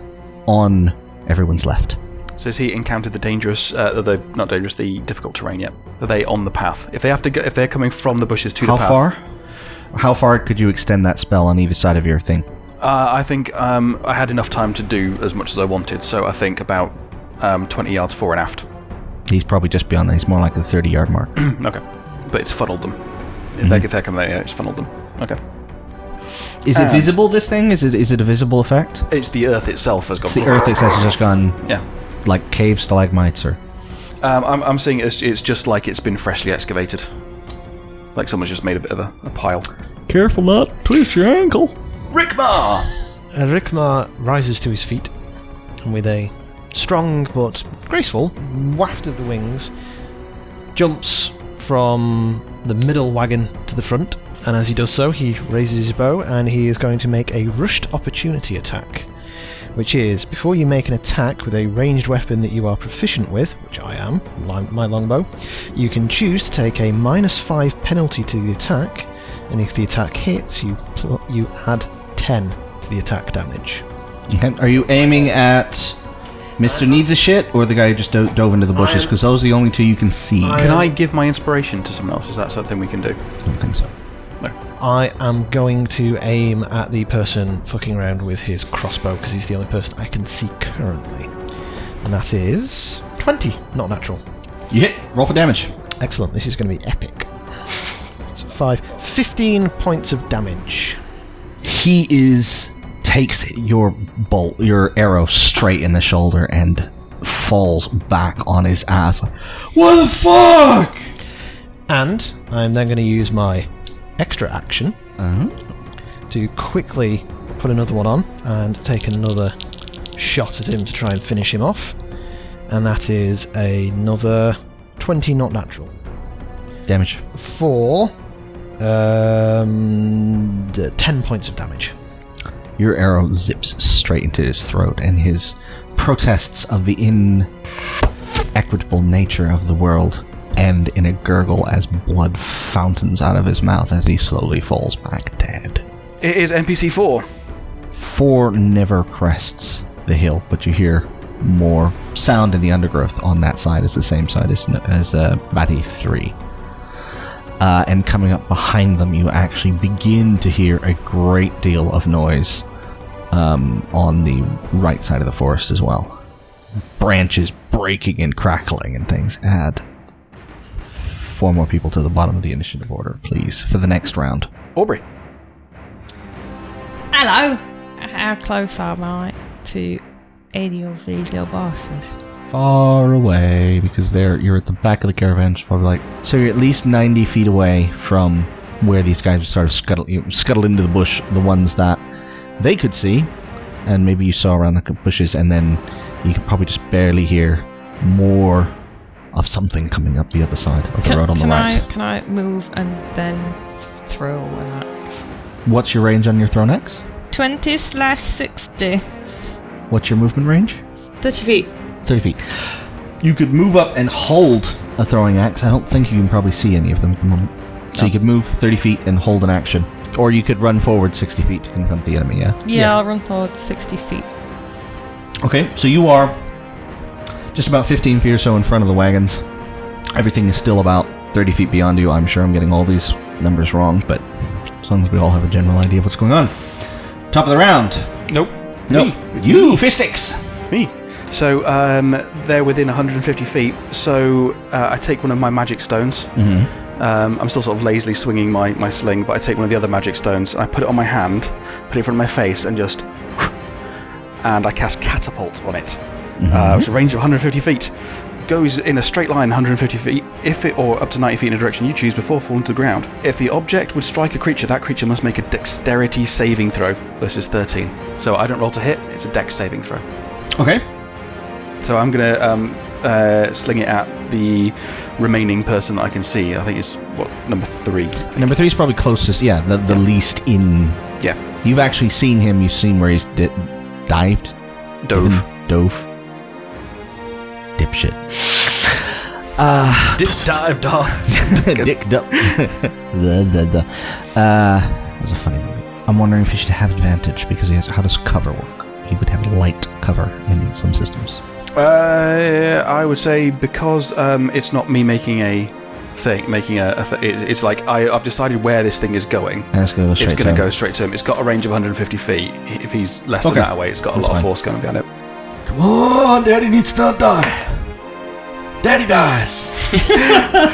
on everyone's left So has he encountered the dangerous, uh, the not dangerous, the difficult terrain yet? Are they on the path? If they have to, go, if they're coming from the bushes to how the path, far how far could you extend that spell on either side of your thing Uh, I think um, I had enough time to do as much as I wanted, so I think about um, 20 yards fore and aft. he's probably just beyond that he's more like the 30 yard mark Hmm, okay, but it's funneled them. If they if they're coming, yeah, it's funneled them. Okay, is And- it visible this thing is it is it a visible effect it's the earth itself has gone. the earth itself has just gone Yeah, like cave stalagmites or um, I'm, I'm seeing it's, it's just like it's been freshly excavated, like someone's just made a bit of a, a pile. Careful not twist your ankle. Rickmar. Uh, Rikmar rises to his feet, and with a strong but graceful waft of the wings, jumps from the middle wagon to the front. And as he does so, he raises his bow and he is going to make a rushed opportunity attack. Which is, before you make an attack with a ranged weapon that you are proficient with, which I am, li- my longbow, you can choose to take a minus 5 penalty to the attack, and if the attack hits, you, pl- you add 10 to the attack damage. Okay. Are you aiming at Mr. Needs a Shit or the guy who just do- dove into the bushes? Because those are the only two you can see. I- Can I give my inspiration to someone else? Is that something we can I do? don't think so. I am going to aim at the person fucking around with his crossbow because he's the only person I can see currently. And that is 20, not natural. You hit. Roll for damage. Excellent, this is going to be epic. It's 5, 15 points of damage. He is takes your bolt, your arrow straight in the shoulder and falls back on his ass. What the fuck? And I'm then going to use my extra action Uh-huh. to quickly put another one on and take another shot at him to try and finish him off. And that is another 20 not natural. Damage. for um, d- 10 points of damage. Your arrow zips straight into his throat, and his protests of the inequitable nature of the world end in a gurgle as blood fountains out of his mouth as he slowly falls back dead. It is NPC four. Four never crests the hill, but you hear more sound in the undergrowth on that side. It's the same side as, as uh, Batty 3. Uh, and coming up behind them, you actually begin to hear a great deal of noise um, on the right side of the forest as well. Branches breaking and crackling and things. Add four more people to the bottom of the initiative order, please, for the next round. Aubrey. Hello. How close am I to any of these little bastards? far away because they're you're at the back of the caravan. so Probably like so you're at least ninety feet away from where these guys sort of scuttle you scuttled into the bush. The ones that they could see, and maybe you saw around the bushes, and then you can probably just barely hear more of something coming up the other side of the road on the right. I, can I move and then throw an axe? What's your range on your thrown axe? 20 slash 60. What's your movement range? 30 feet. 30 feet. You could move up and hold a throwing axe. I don't think you can probably see any of them at the moment. So you could move 30 feet and hold an action. Or you could run forward 60 feet to confront the enemy, yeah? Yeah, I'll run forward 60 feet. Okay, so you are just about 15 feet or so in front of the wagons. Everything is still about 30 feet beyond you. I'm sure I'm getting all these numbers wrong, but as long as we all have a general idea of what's going on. Top of the round. Nope. No. You, fistics! Me. So um, they're within 150 feet. So uh, I take one of my magic stones. Mm-hmm. Um, I'm still sort of lazily swinging my, my sling, but I take one of the other magic stones and I put it on my hand, put it in front of my face, and just. [SIGHS] And I cast catapult on it, uh, which is a range of 150 feet. goes in a straight line 150 feet, if it or up to 90 feet in a direction you choose before falling to the ground. If the object would strike a creature, that creature must make a dexterity saving throw versus 13. So I don't roll to hit; it's a dex saving throw. Okay. So I'm gonna um, uh, sling it at the remaining person that I can see. I think it's what number three. Number three is probably closest. Yeah, the, the least in. Yeah, You've actually seen him. You've seen where he's di- dived. dove. Dove. Dipshit. Dip dive dog. [LAUGHS] Dick duck. [LAUGHS] the, the, the. Uh, that was a funny movie. I'm wondering if he should have advantage because he has. How does cover work? He would have light cover in some systems. Uh, I would say because um, it's not me making a thing, making a. a th- it, it's like I, I've decided where this thing is going. And it's going to go straight it's going down. to go straight to him. It's got a range of 150 feet. If he's less Okay. than that away, it's got a That's lot fine. of force going behind it. Come on, Daddy needs to not die. Daddy dies.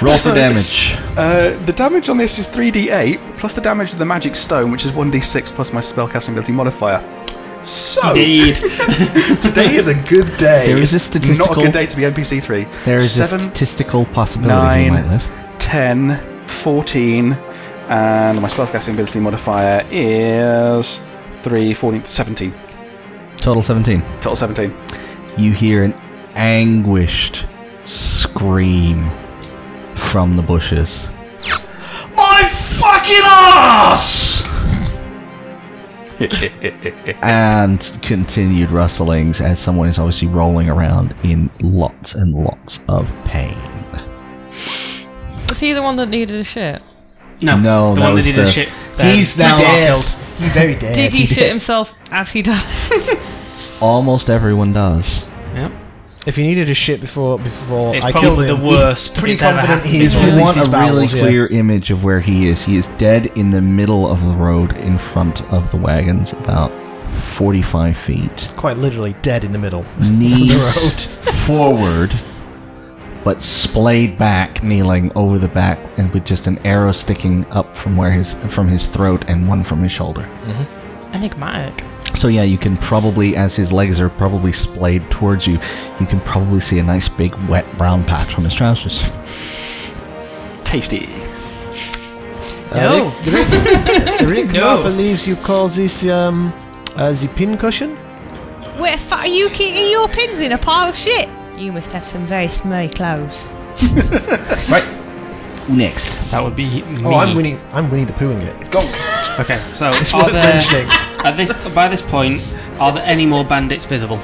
Roll for damage. Uh, the damage on this is 3d8 plus the damage of the magic stone, which is 1d6 plus my spellcasting ability modifier. So Indeed. [LAUGHS] today is a good day. There is a statistical- Not a good day to be NPC three. There is a seven, statistical possibility he nine, might live. 10, 14, and my spellcasting ability modifier is 3, 14, 17. Total 17. Total 17. You hear an anguished scream from the bushes. My fucking ass! and continued rustlings as someone is obviously rolling around in lots and lots of pain. Was he the one that needed a shit? No. No, the that one was that did the, the- shit. He's um, now Dark dead. Elf. He's very dead. Did he shit himself as [LAUGHS] he died? Almost everyone does. If he needed a shit before before It's I killed probably him, the worst He's pretty it's ever confident happened. he's It's Yeah. released released his a really bowels, yeah. clear image of where he is. He is dead in the middle of the road in front of the wagons, about 45 feet. quite literally dead in the middle. [LAUGHS] knees The road. forward, but splayed back, kneeling over the back, and with just an arrow sticking up from where his from his throat and one from his shoulder. Enigmatic. So yeah, you can probably, as his legs are probably splayed towards you, you can probably see a nice big wet brown patch from his trousers. Tasty. No. Oh, Uh, Rick, Rick, Rick No. believes you call this um, uh, the pincushion. Where the fuck are you keeping your pins in a pile of shit? You must have some very smelly clothes. Next, That would be me. Oh, I'm Winnie. I'm Winnie the Poohing it. Okay, so It's are worth there, mentioning. at this by this point, are there any more bandits visible?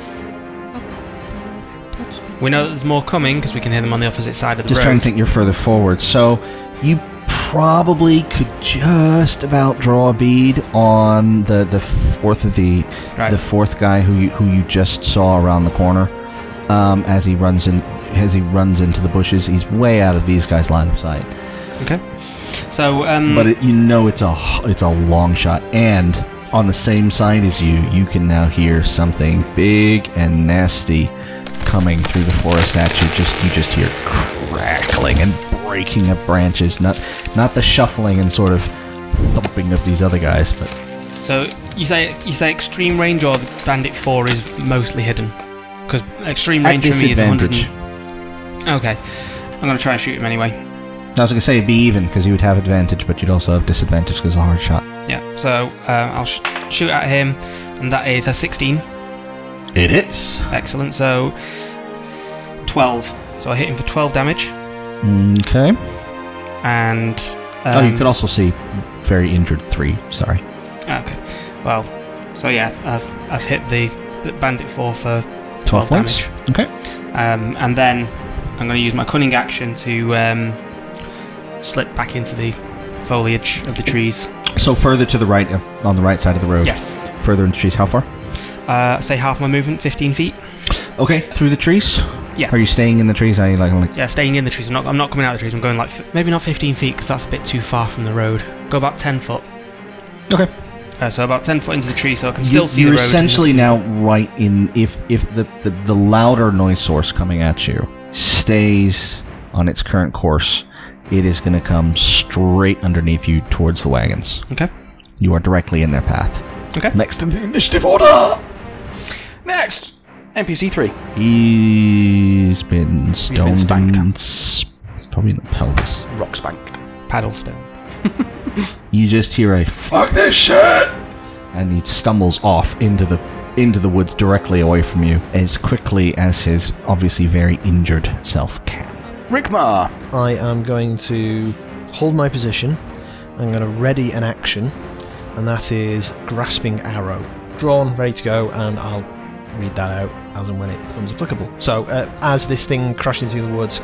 We know that there's more coming because we can hear them on the opposite side of the just road. trying to think you're further forward. So you probably could just about draw a bead on the the fourth of the Right. the fourth guy who you, who you just saw around the corner um, as he runs in as he runs into the bushes he's way out of these guys line of sight Okay. So um, but it, you know it's a h- it's a long shot and on the same side as you you can now hear something big and nasty coming through the forest at you just you just hear crackling and breaking of branches not not the shuffling and sort of thumping of these other guys but so you say you say extreme range or the bandit four is mostly hidden because extreme At range for me is 100. disadvantage. and- Okay, I'm gonna try and shoot him anyway. I was gonna say it'd be even because you would have advantage, but you'd also have disadvantage because a hard shot. Yeah. So uh, I'll sh- shoot at him, and that is a 16. It hits. Excellent. So 12. So I hit him for 12 damage, Okay. and oh, um, you could also see very injured three. Sorry. Okay. Well, so yeah, I've, I've hit the, the bandit four for 12, Twelve points. damage. Okay. Um, and then I'm going to use my cunning action to um, slip back into the foliage of the trees. So further to the right, of, on the right side of the road. Yes. Further into trees. How far? Uh, say half my movement, 15 feet. Okay. Through the trees. Yeah. Are you staying in the trees? Are you like, like Yeah, staying in the trees. I'm not, I'm not coming out of the trees. I'm going like f- maybe not 15 feet because that's a bit too far from the road. Go about 10 foot. Okay. Uh, so about 10 foot into the tree, so I can still you, see you're the road. essentially now right in if if the, the the louder noise source coming at you stays on its current course, it is going to come straight underneath you towards the wagons. Okay. You are directly in their path. Okay. Next in the initiative order. Next! NPC three. He's been stoned spanked. and s- probably in the pelvis. Rock spanked. Paddle stone. You just hear a Fuck this shit! and he stumbles off into the into the woods directly away from you as quickly as his obviously very injured self can. Rickmar. I am going to hold my position. I'm going to ready an action, and that is grasping arrow. Drawn, ready to go, and I'll read that out as and when it becomes applicable. So, uh, as this thing crashing through the woods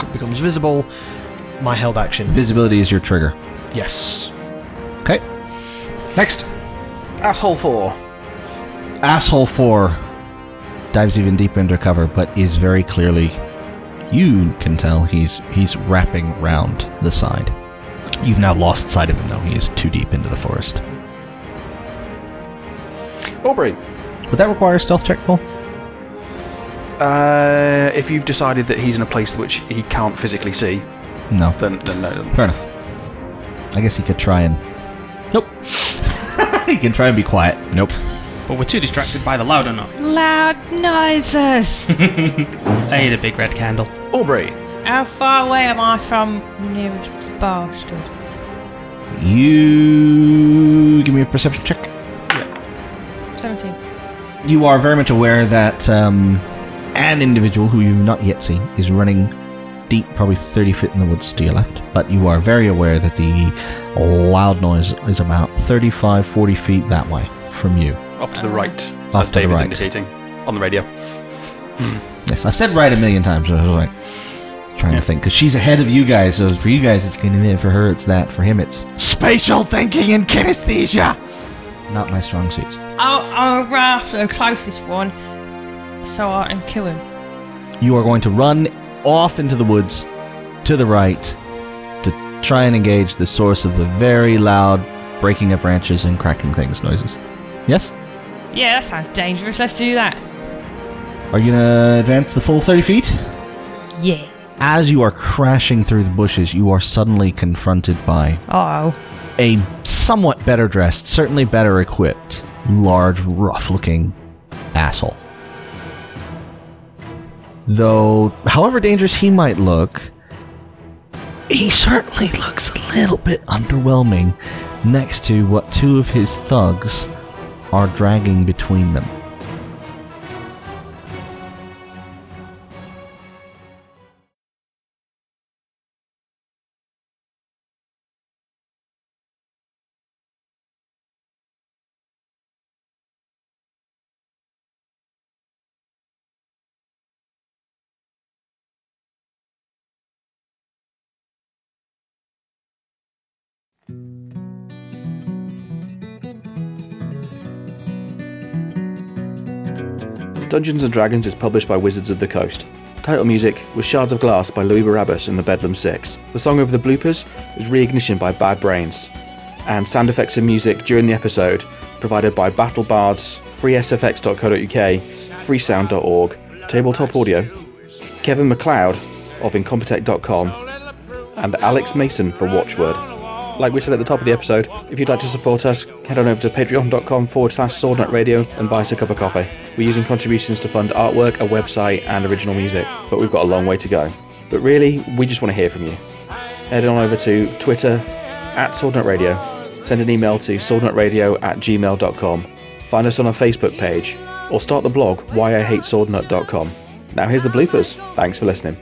c- becomes visible, my held action. Visibility is your trigger. Yes. Okay. Next. Asshole four. Asshole 4 dives even deeper into cover, but is very clearly you can tell he's he's wrapping round the side. You've now lost sight of him though, he is too deep into the forest. Aubrey. Would that require a stealth check, Paul? Uh, if you've decided that he's in a place which he can't physically see, No. then then no. Then. Fair enough. I guess he could try and Nope. [LAUGHS] he can try and be quiet. Nope. But we're too distracted by the loud or not. Loud [LAUGHS] noises. I need a big red candle. Aubrey. How far away am I from the nearest bastard? You give me a perception check. 17. You are very much aware that um, an individual who you've not yet seen is running deep, probably 30 feet in the woods to your left. But you are very aware that the loud noise is about 35, 40 feet that way from you. Off to the right. Off as to the Dave is right. indicating on the radio. Yes, I've said right a million times. so I was like trying to think because she's ahead of you guys. So for you guys, it's getting in. For her, it's that. For him, it's spatial thinking and kinesthesia. Not my strong suits. I'll, I'll run after the closest one so I can kill him. you are going to run off into the woods to the right to try and engage the source of the very loud breaking of branches and cracking things noises. Yes? Yeah, that sounds dangerous. Let's do that. Are you gonna advance the full 30 feet? Yeah. As you are crashing through the bushes, you are suddenly confronted by Oh. a somewhat better dressed, certainly better equipped, large, rough looking asshole. Though, however dangerous he might look, he certainly looks a little bit underwhelming next to what two of his thugs are dragging between them. Dungeons and Dragons is published by Wizards of the Coast. Title music was Shards of Glass by Louis Barabbas and the Bedlam Six. The song over the bloopers is Reignition by Bad Brains. And sound effects and music during the episode provided by Battle Bards, freesfx.co.uk, freesound.org, Tabletop Audio, Kevin McLeod of incompetech.com, and Alex Mason for Watchword. Like we said at the top of the episode, if you'd like to support us, head on over to patreon.com forward slash swordnetradio and buy us a cup of coffee. We're using contributions to fund artwork, a website, and original music, but we've got a long way to go. But really, we just want to hear from you. Head on over to Twitter at swordnetradio, send an email to swordnutradio at gmail.com, find us on our Facebook page, or start the blog whyihateswordnut.com. Now here's the bloopers. Thanks for listening.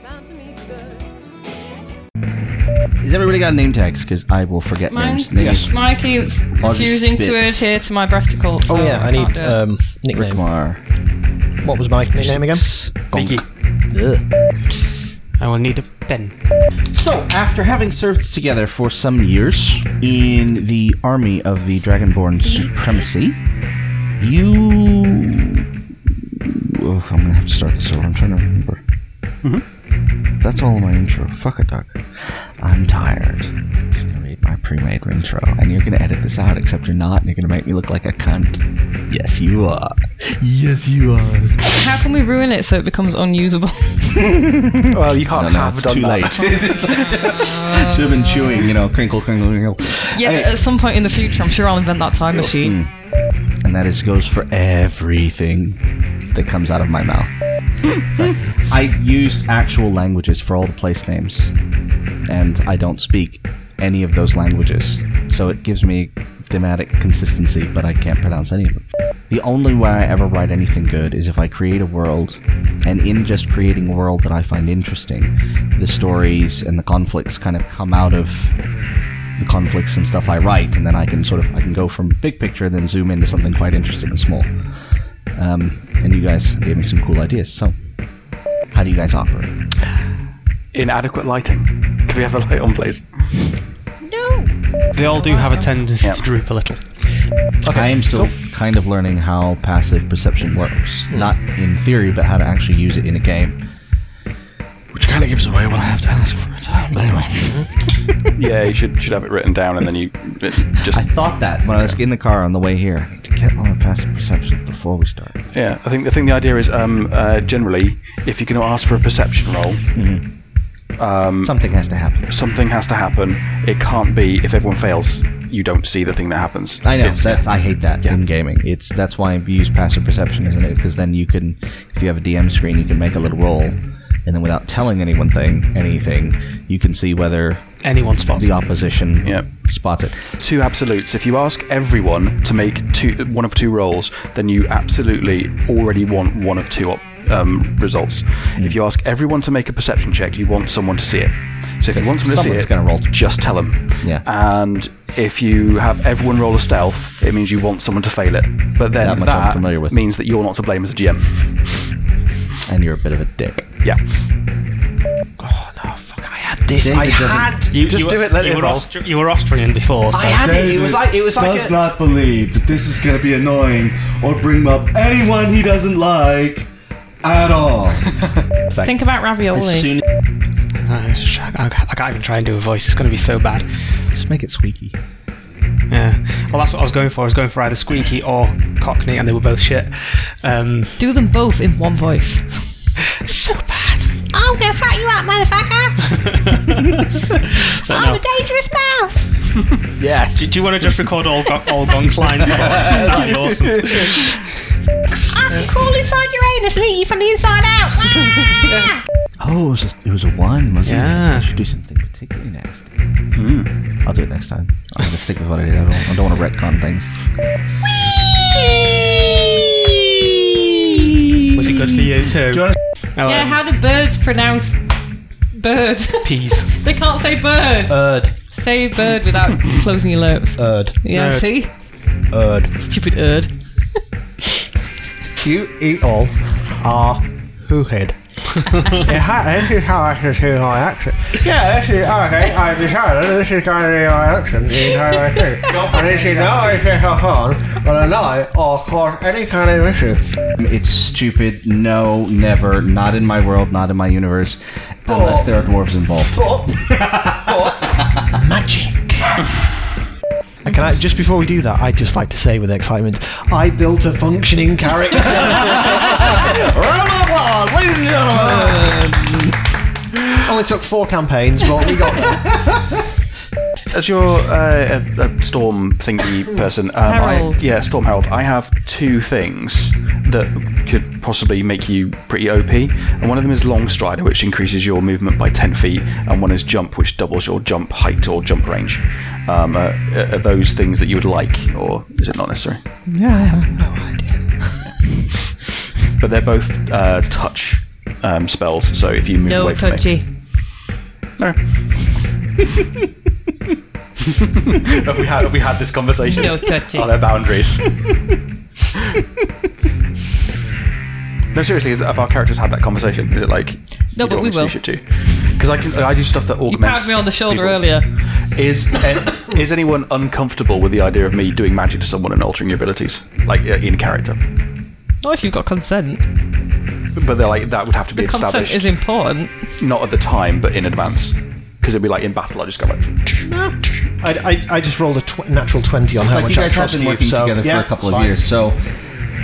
Has everybody got name tags? Because I will forget Mine's names. Names. my keeps Body fusing to spits. adhere to my breasticle. So Oh yeah, I can't need do it. um, nickname. Rickmar. What was my [LAUGHS] nickname again? Gonk. Ugh. I will need a pen. So, after having served together for some years in the army of the Dragonborn Supremacy, you. Ugh, oh, I'm gonna have to start this over. I'm trying to remember. Mm-hmm. Mm-hmm. That's all my intro. Fuck a duck. I'm tired. I'm just gonna read my pre-made intro, and you're gonna edit this out. Except you're not, and you're gonna make me look like a cunt. Yes, you are. Yes, you are. How can we ruin it so it becomes unusable? Well, you can't no, no, have it's done too that. late. [LAUGHS] Should have been chewing, you know, crinkle, crinkle, crinkle. [LAUGHS] yeah, Okay. but at some point in the Oh, hmm. future, I'm sure I'll invent that time machine. Mm. And that is goes for everything. that comes out of my mouth. I used actual languages for all the place names, and I don't speak any of those languages, so it gives me thematic consistency, but I can't pronounce any of them. The only way I ever write anything good is if I create a world, and in just creating a world that I find interesting, the stories and the conflicts kind of come out of the conflicts and stuff I write, and then I can sort of I can go from big picture and then zoom into something quite interesting and small. Um, and you guys gave me some cool ideas. So, how do you guys operate? Inadequate lighting. Can we have a light on, please? No. They all do have a tendency to droop a little. I am still kind of learning how passive perception works. Not in theory, but how to actually use it in a game. Which kind of gives away what I have to ask for it. But anyway, yeah, you should should have it written down, and then you it just I thought that when I was in the car on the way here. I need to get on passive perception before we start. yeah. I think the thing the idea is um, uh, generally, if you're going to ask for a perception roll, Something has to happen. something has to happen. It can't be if everyone fails, you don't see the thing that happens. I know. It's- That's, I hate that in gaming. It's that's why we use passive perception, isn't it? Because then you can, if you have a DM screen, you can make a little roll, and then without telling anyone thing anything, you can see whether Anyone spots. the opposition Yep. spots it. two absolutes. If you ask everyone to make two, one of two rolls, then you absolutely already want one of two op, um, results. Hmm. If you ask everyone to make a perception check, you want someone to see it. So if you want someone to see Someone's it, gonna roll. just tell them. Yeah. And if you have everyone roll a stealth, it means you want someone to fail it. But then That that, much I'm familiar with. means that you're not to blame as a GM. and you're a bit of a dick. Yeah. This I had. You Just you, do were- it, let you it were roll. Aust- you were Austrian before. So. had it. It was like it was like does not believe that this is going to be annoying or bring up anyone he doesn't like at all. Think about ravioli. Uh, sh- I, I can't- I can't even try and do a voice. It's going to be so bad. Just make it squeaky. Yeah. Well, that's what I was going for. I was going for either Squeaky or Cockney, and they were both shit. Um, Do them both in one voice. so bad. I'm gonna fuck you up, motherfucker. [LAUGHS] But I'm no. a dangerous mouse. Do, do you want to just record all go- all gunk [LAUGHS] lines? That'd be awesome. I can crawl inside your anus, leave you from the inside [LAUGHS] out. Ah! Oh, it was a, it was a wine, wasn't it? Yeah. I should do something particularly nasty. I'll do it next time. Hmm. I'm gonna stick with what I did. I don't, I don't want to retcon things. Was it good for you too? you wanna- Oh, Yeah, um, how do birds pronounce bird? peas. [LAUGHS] they can't say bird. Erd. say bird [LAUGHS] without closing your lips. Erd. Yeah, Bird. see? Erd. Stupid erd. You eat all are E, who [LAUGHS] head. yeah, this is how I should do my action. Yeah, this is oh, okay. I decided this is going to be my action the entire [LAUGHS] thing. and this is now I say how hard, but a lie or cause any kind of issue. It's stupid. No, never. Not in my world. Not in my universe. Unless there are dwarves involved. And can I just before we do that, I'd just like to say with excitement, I built a functioning character. Round of applause, ladies and gentlemen. Only took four campaigns, but we got there. As your uh, a, a storm thingy person, um, I, Hmm. Harold. yeah, Storm Herald, I have two things that could possibly make you pretty OP. And one of them is Long Strider, which increases your movement by 10 feet, and one is Jump, which doubles your jump height or jump range. Um, uh, are are those things that you would like, or is it not necessary? But they're both uh, touch um, spells, so if you move No away from [LAUGHS] touchy. me, have we had have we had this conversation? No touchy. Are there boundaries? [LAUGHS] no, seriously, is, have our characters had that conversation? Is it like No, but you don't we want to will. do shit too? Because I can, I do stuff that You augments. patted me on the shoulder people. earlier. [LAUGHS] Is an- is anyone uncomfortable with the idea of me doing magic to someone and altering your abilities, like uh, in character? Not if you've got consent. But they're like that would have to be The consent is established, important. not at the time, but in advance. Because it'd be like in battle, I just go like, I, I, I just rolled a tw- natural twenty on how like much you I guys have trust been you, working so, together yeah, for a couple it's of fine. years, so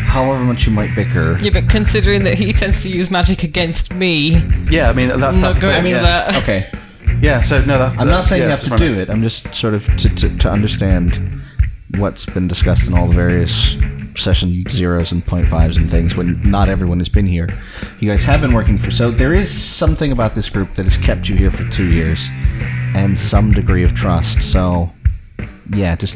however much you might [LAUGHS] bicker, Yeah, but considering that he tends to use magic against me, yeah. I mean, I'm that's that's not the going thing, for yeah. that. okay. Yeah. So no, that's. I'm not saying yeah, you have to that's fine. do it. I'm just sort of to, to, to understand what's been discussed in all the various session zeros and point fives and things when not everyone has been here. You guys have been working for so there is something about this group that has kept you here for two years, and some degree of trust. So, yeah, just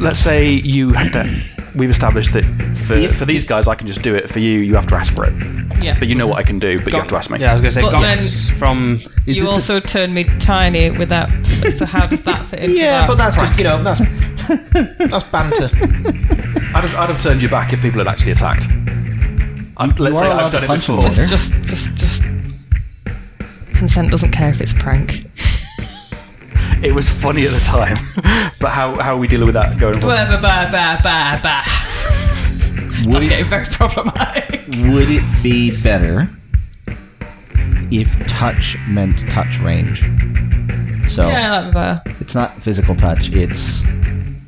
Let's say you have to. We've established that for, for these guys, I can just do it. For you, you have to ask for it. Yeah. But you know what I can do, but you have to ask me. Yeah, I was going to say, But Gox then- from. Is you this a- also turned me tiny without. So how does that fit into that? that's just you know that's that's banter. I'd, have, I'd have turned you back if people had actually attacked. I've, let's are say allowed to I've done it punch before. them. Sure. Just, just, just. Consent doesn't care if it's a prank. It was funny at the time, [LAUGHS] but how, how are we dealing with that going forward? Whatever, bah, bah, bah, bah. would That's it, getting very problematic. would it [LAUGHS] be better if touch meant touch range? So Yeah, that's fair. it's not physical touch; it's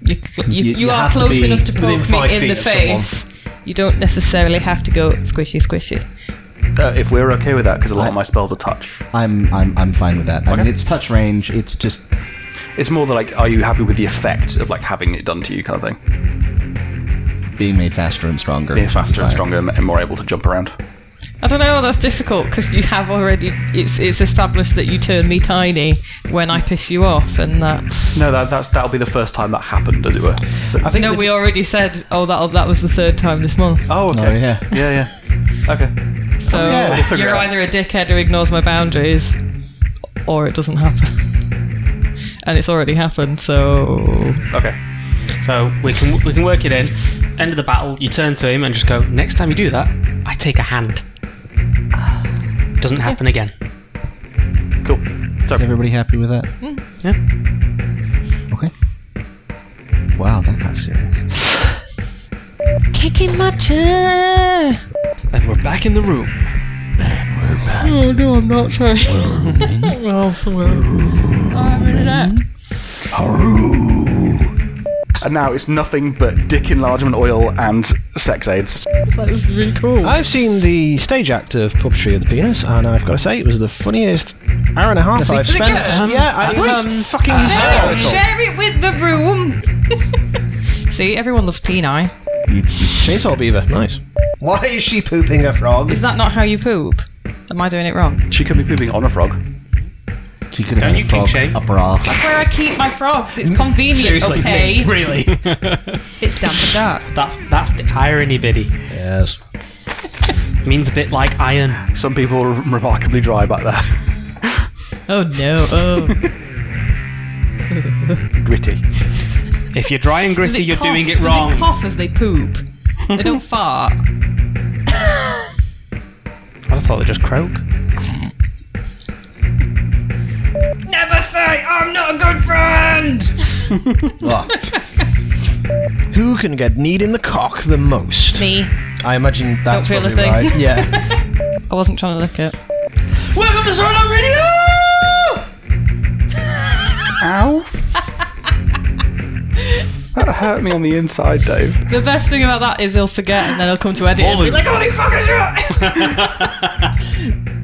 You, cl- you, You- you, you are have to close be enough to within poke five me in feet the of someone. face. You don't necessarily have to go squishy, squishy. Uh, if we're okay with that, because a lot I- of my spells are touch. I'm I'm I'm fine with that. I mean, Okay. it's touch range. It's just It's more the, like, are you happy with the effect of like having it done to you kind of thing? being made faster and stronger. Being faster and Fire. stronger and more able to jump around. I don't know. That's difficult because you have already. It's it's established that you turn me tiny when I piss you off, and that's. No, that, that's that'll be the first time that happened, as it were. So, I think no, we already said. Oh, that that was the third time this month. oh, Oh okay. yeah. Yeah, yeah. Okay. So Oh, yeah, we'll figure you're it out. either a dickhead who ignores my boundaries, or it doesn't happen. [LAUGHS] and it's already happened. So Okay. So we can we can work it in. End of the battle, you turn to him and just go. Next time you do that, I take a hand. Doesn't happen again. Cool. So, Is everybody happy with that? Yeah. Okay. Wow, that got serious. Kicking my chair. And we're back in the room. Oh no, I'm not [LAUGHS] sorry. [LAUGHS] oh, somewhere. Oh, I'm in that. and now it's nothing but dick enlargement oil and sex aids. That is really cool. Oh, [LAUGHS] I've seen the stage act of puppetry of the penis, and I've got to say it was the funniest hour and a half I've Is it spent. good? Um, yeah, I it was fucking Ah. Share it, hysterical. share it with the room. [LAUGHS] See, everyone loves peni. Chainsaw Beaver, nice. Why is she pooping a frog? Is that not how you poop? Am I doing it wrong? She could be pooping on a frog. She could Don't have you had a frog kink shame? upper off. That's where I keep my frogs. Mm-hmm. It's convenient, [LAUGHS] okay? [LAUGHS] Really? It's damp and dark. that's that's the irony, biddy. Yes. Means a bit like iron. Some people are remarkably dry back there. [LAUGHS] Oh no, oh. Gritty. If you're dry and Does gritty, it you're cough? doing it Does wrong. It cough as they poop. They [LAUGHS] don't fart. I thought they just croak. Never say I'm not a good friend. [LAUGHS] Who can get need in the cock the most? [LAUGHS] Me. I imagine that's feel a probably thing. [LAUGHS] right. Yeah. I wasn't trying to lick it. Welcome to Sword Art Radio. [LAUGHS] Ow. that hurt me on the inside, Dave. The best thing about that is he'll forget and then he'll come to edit it and be like, [LAUGHS] Holy fuckers, you're.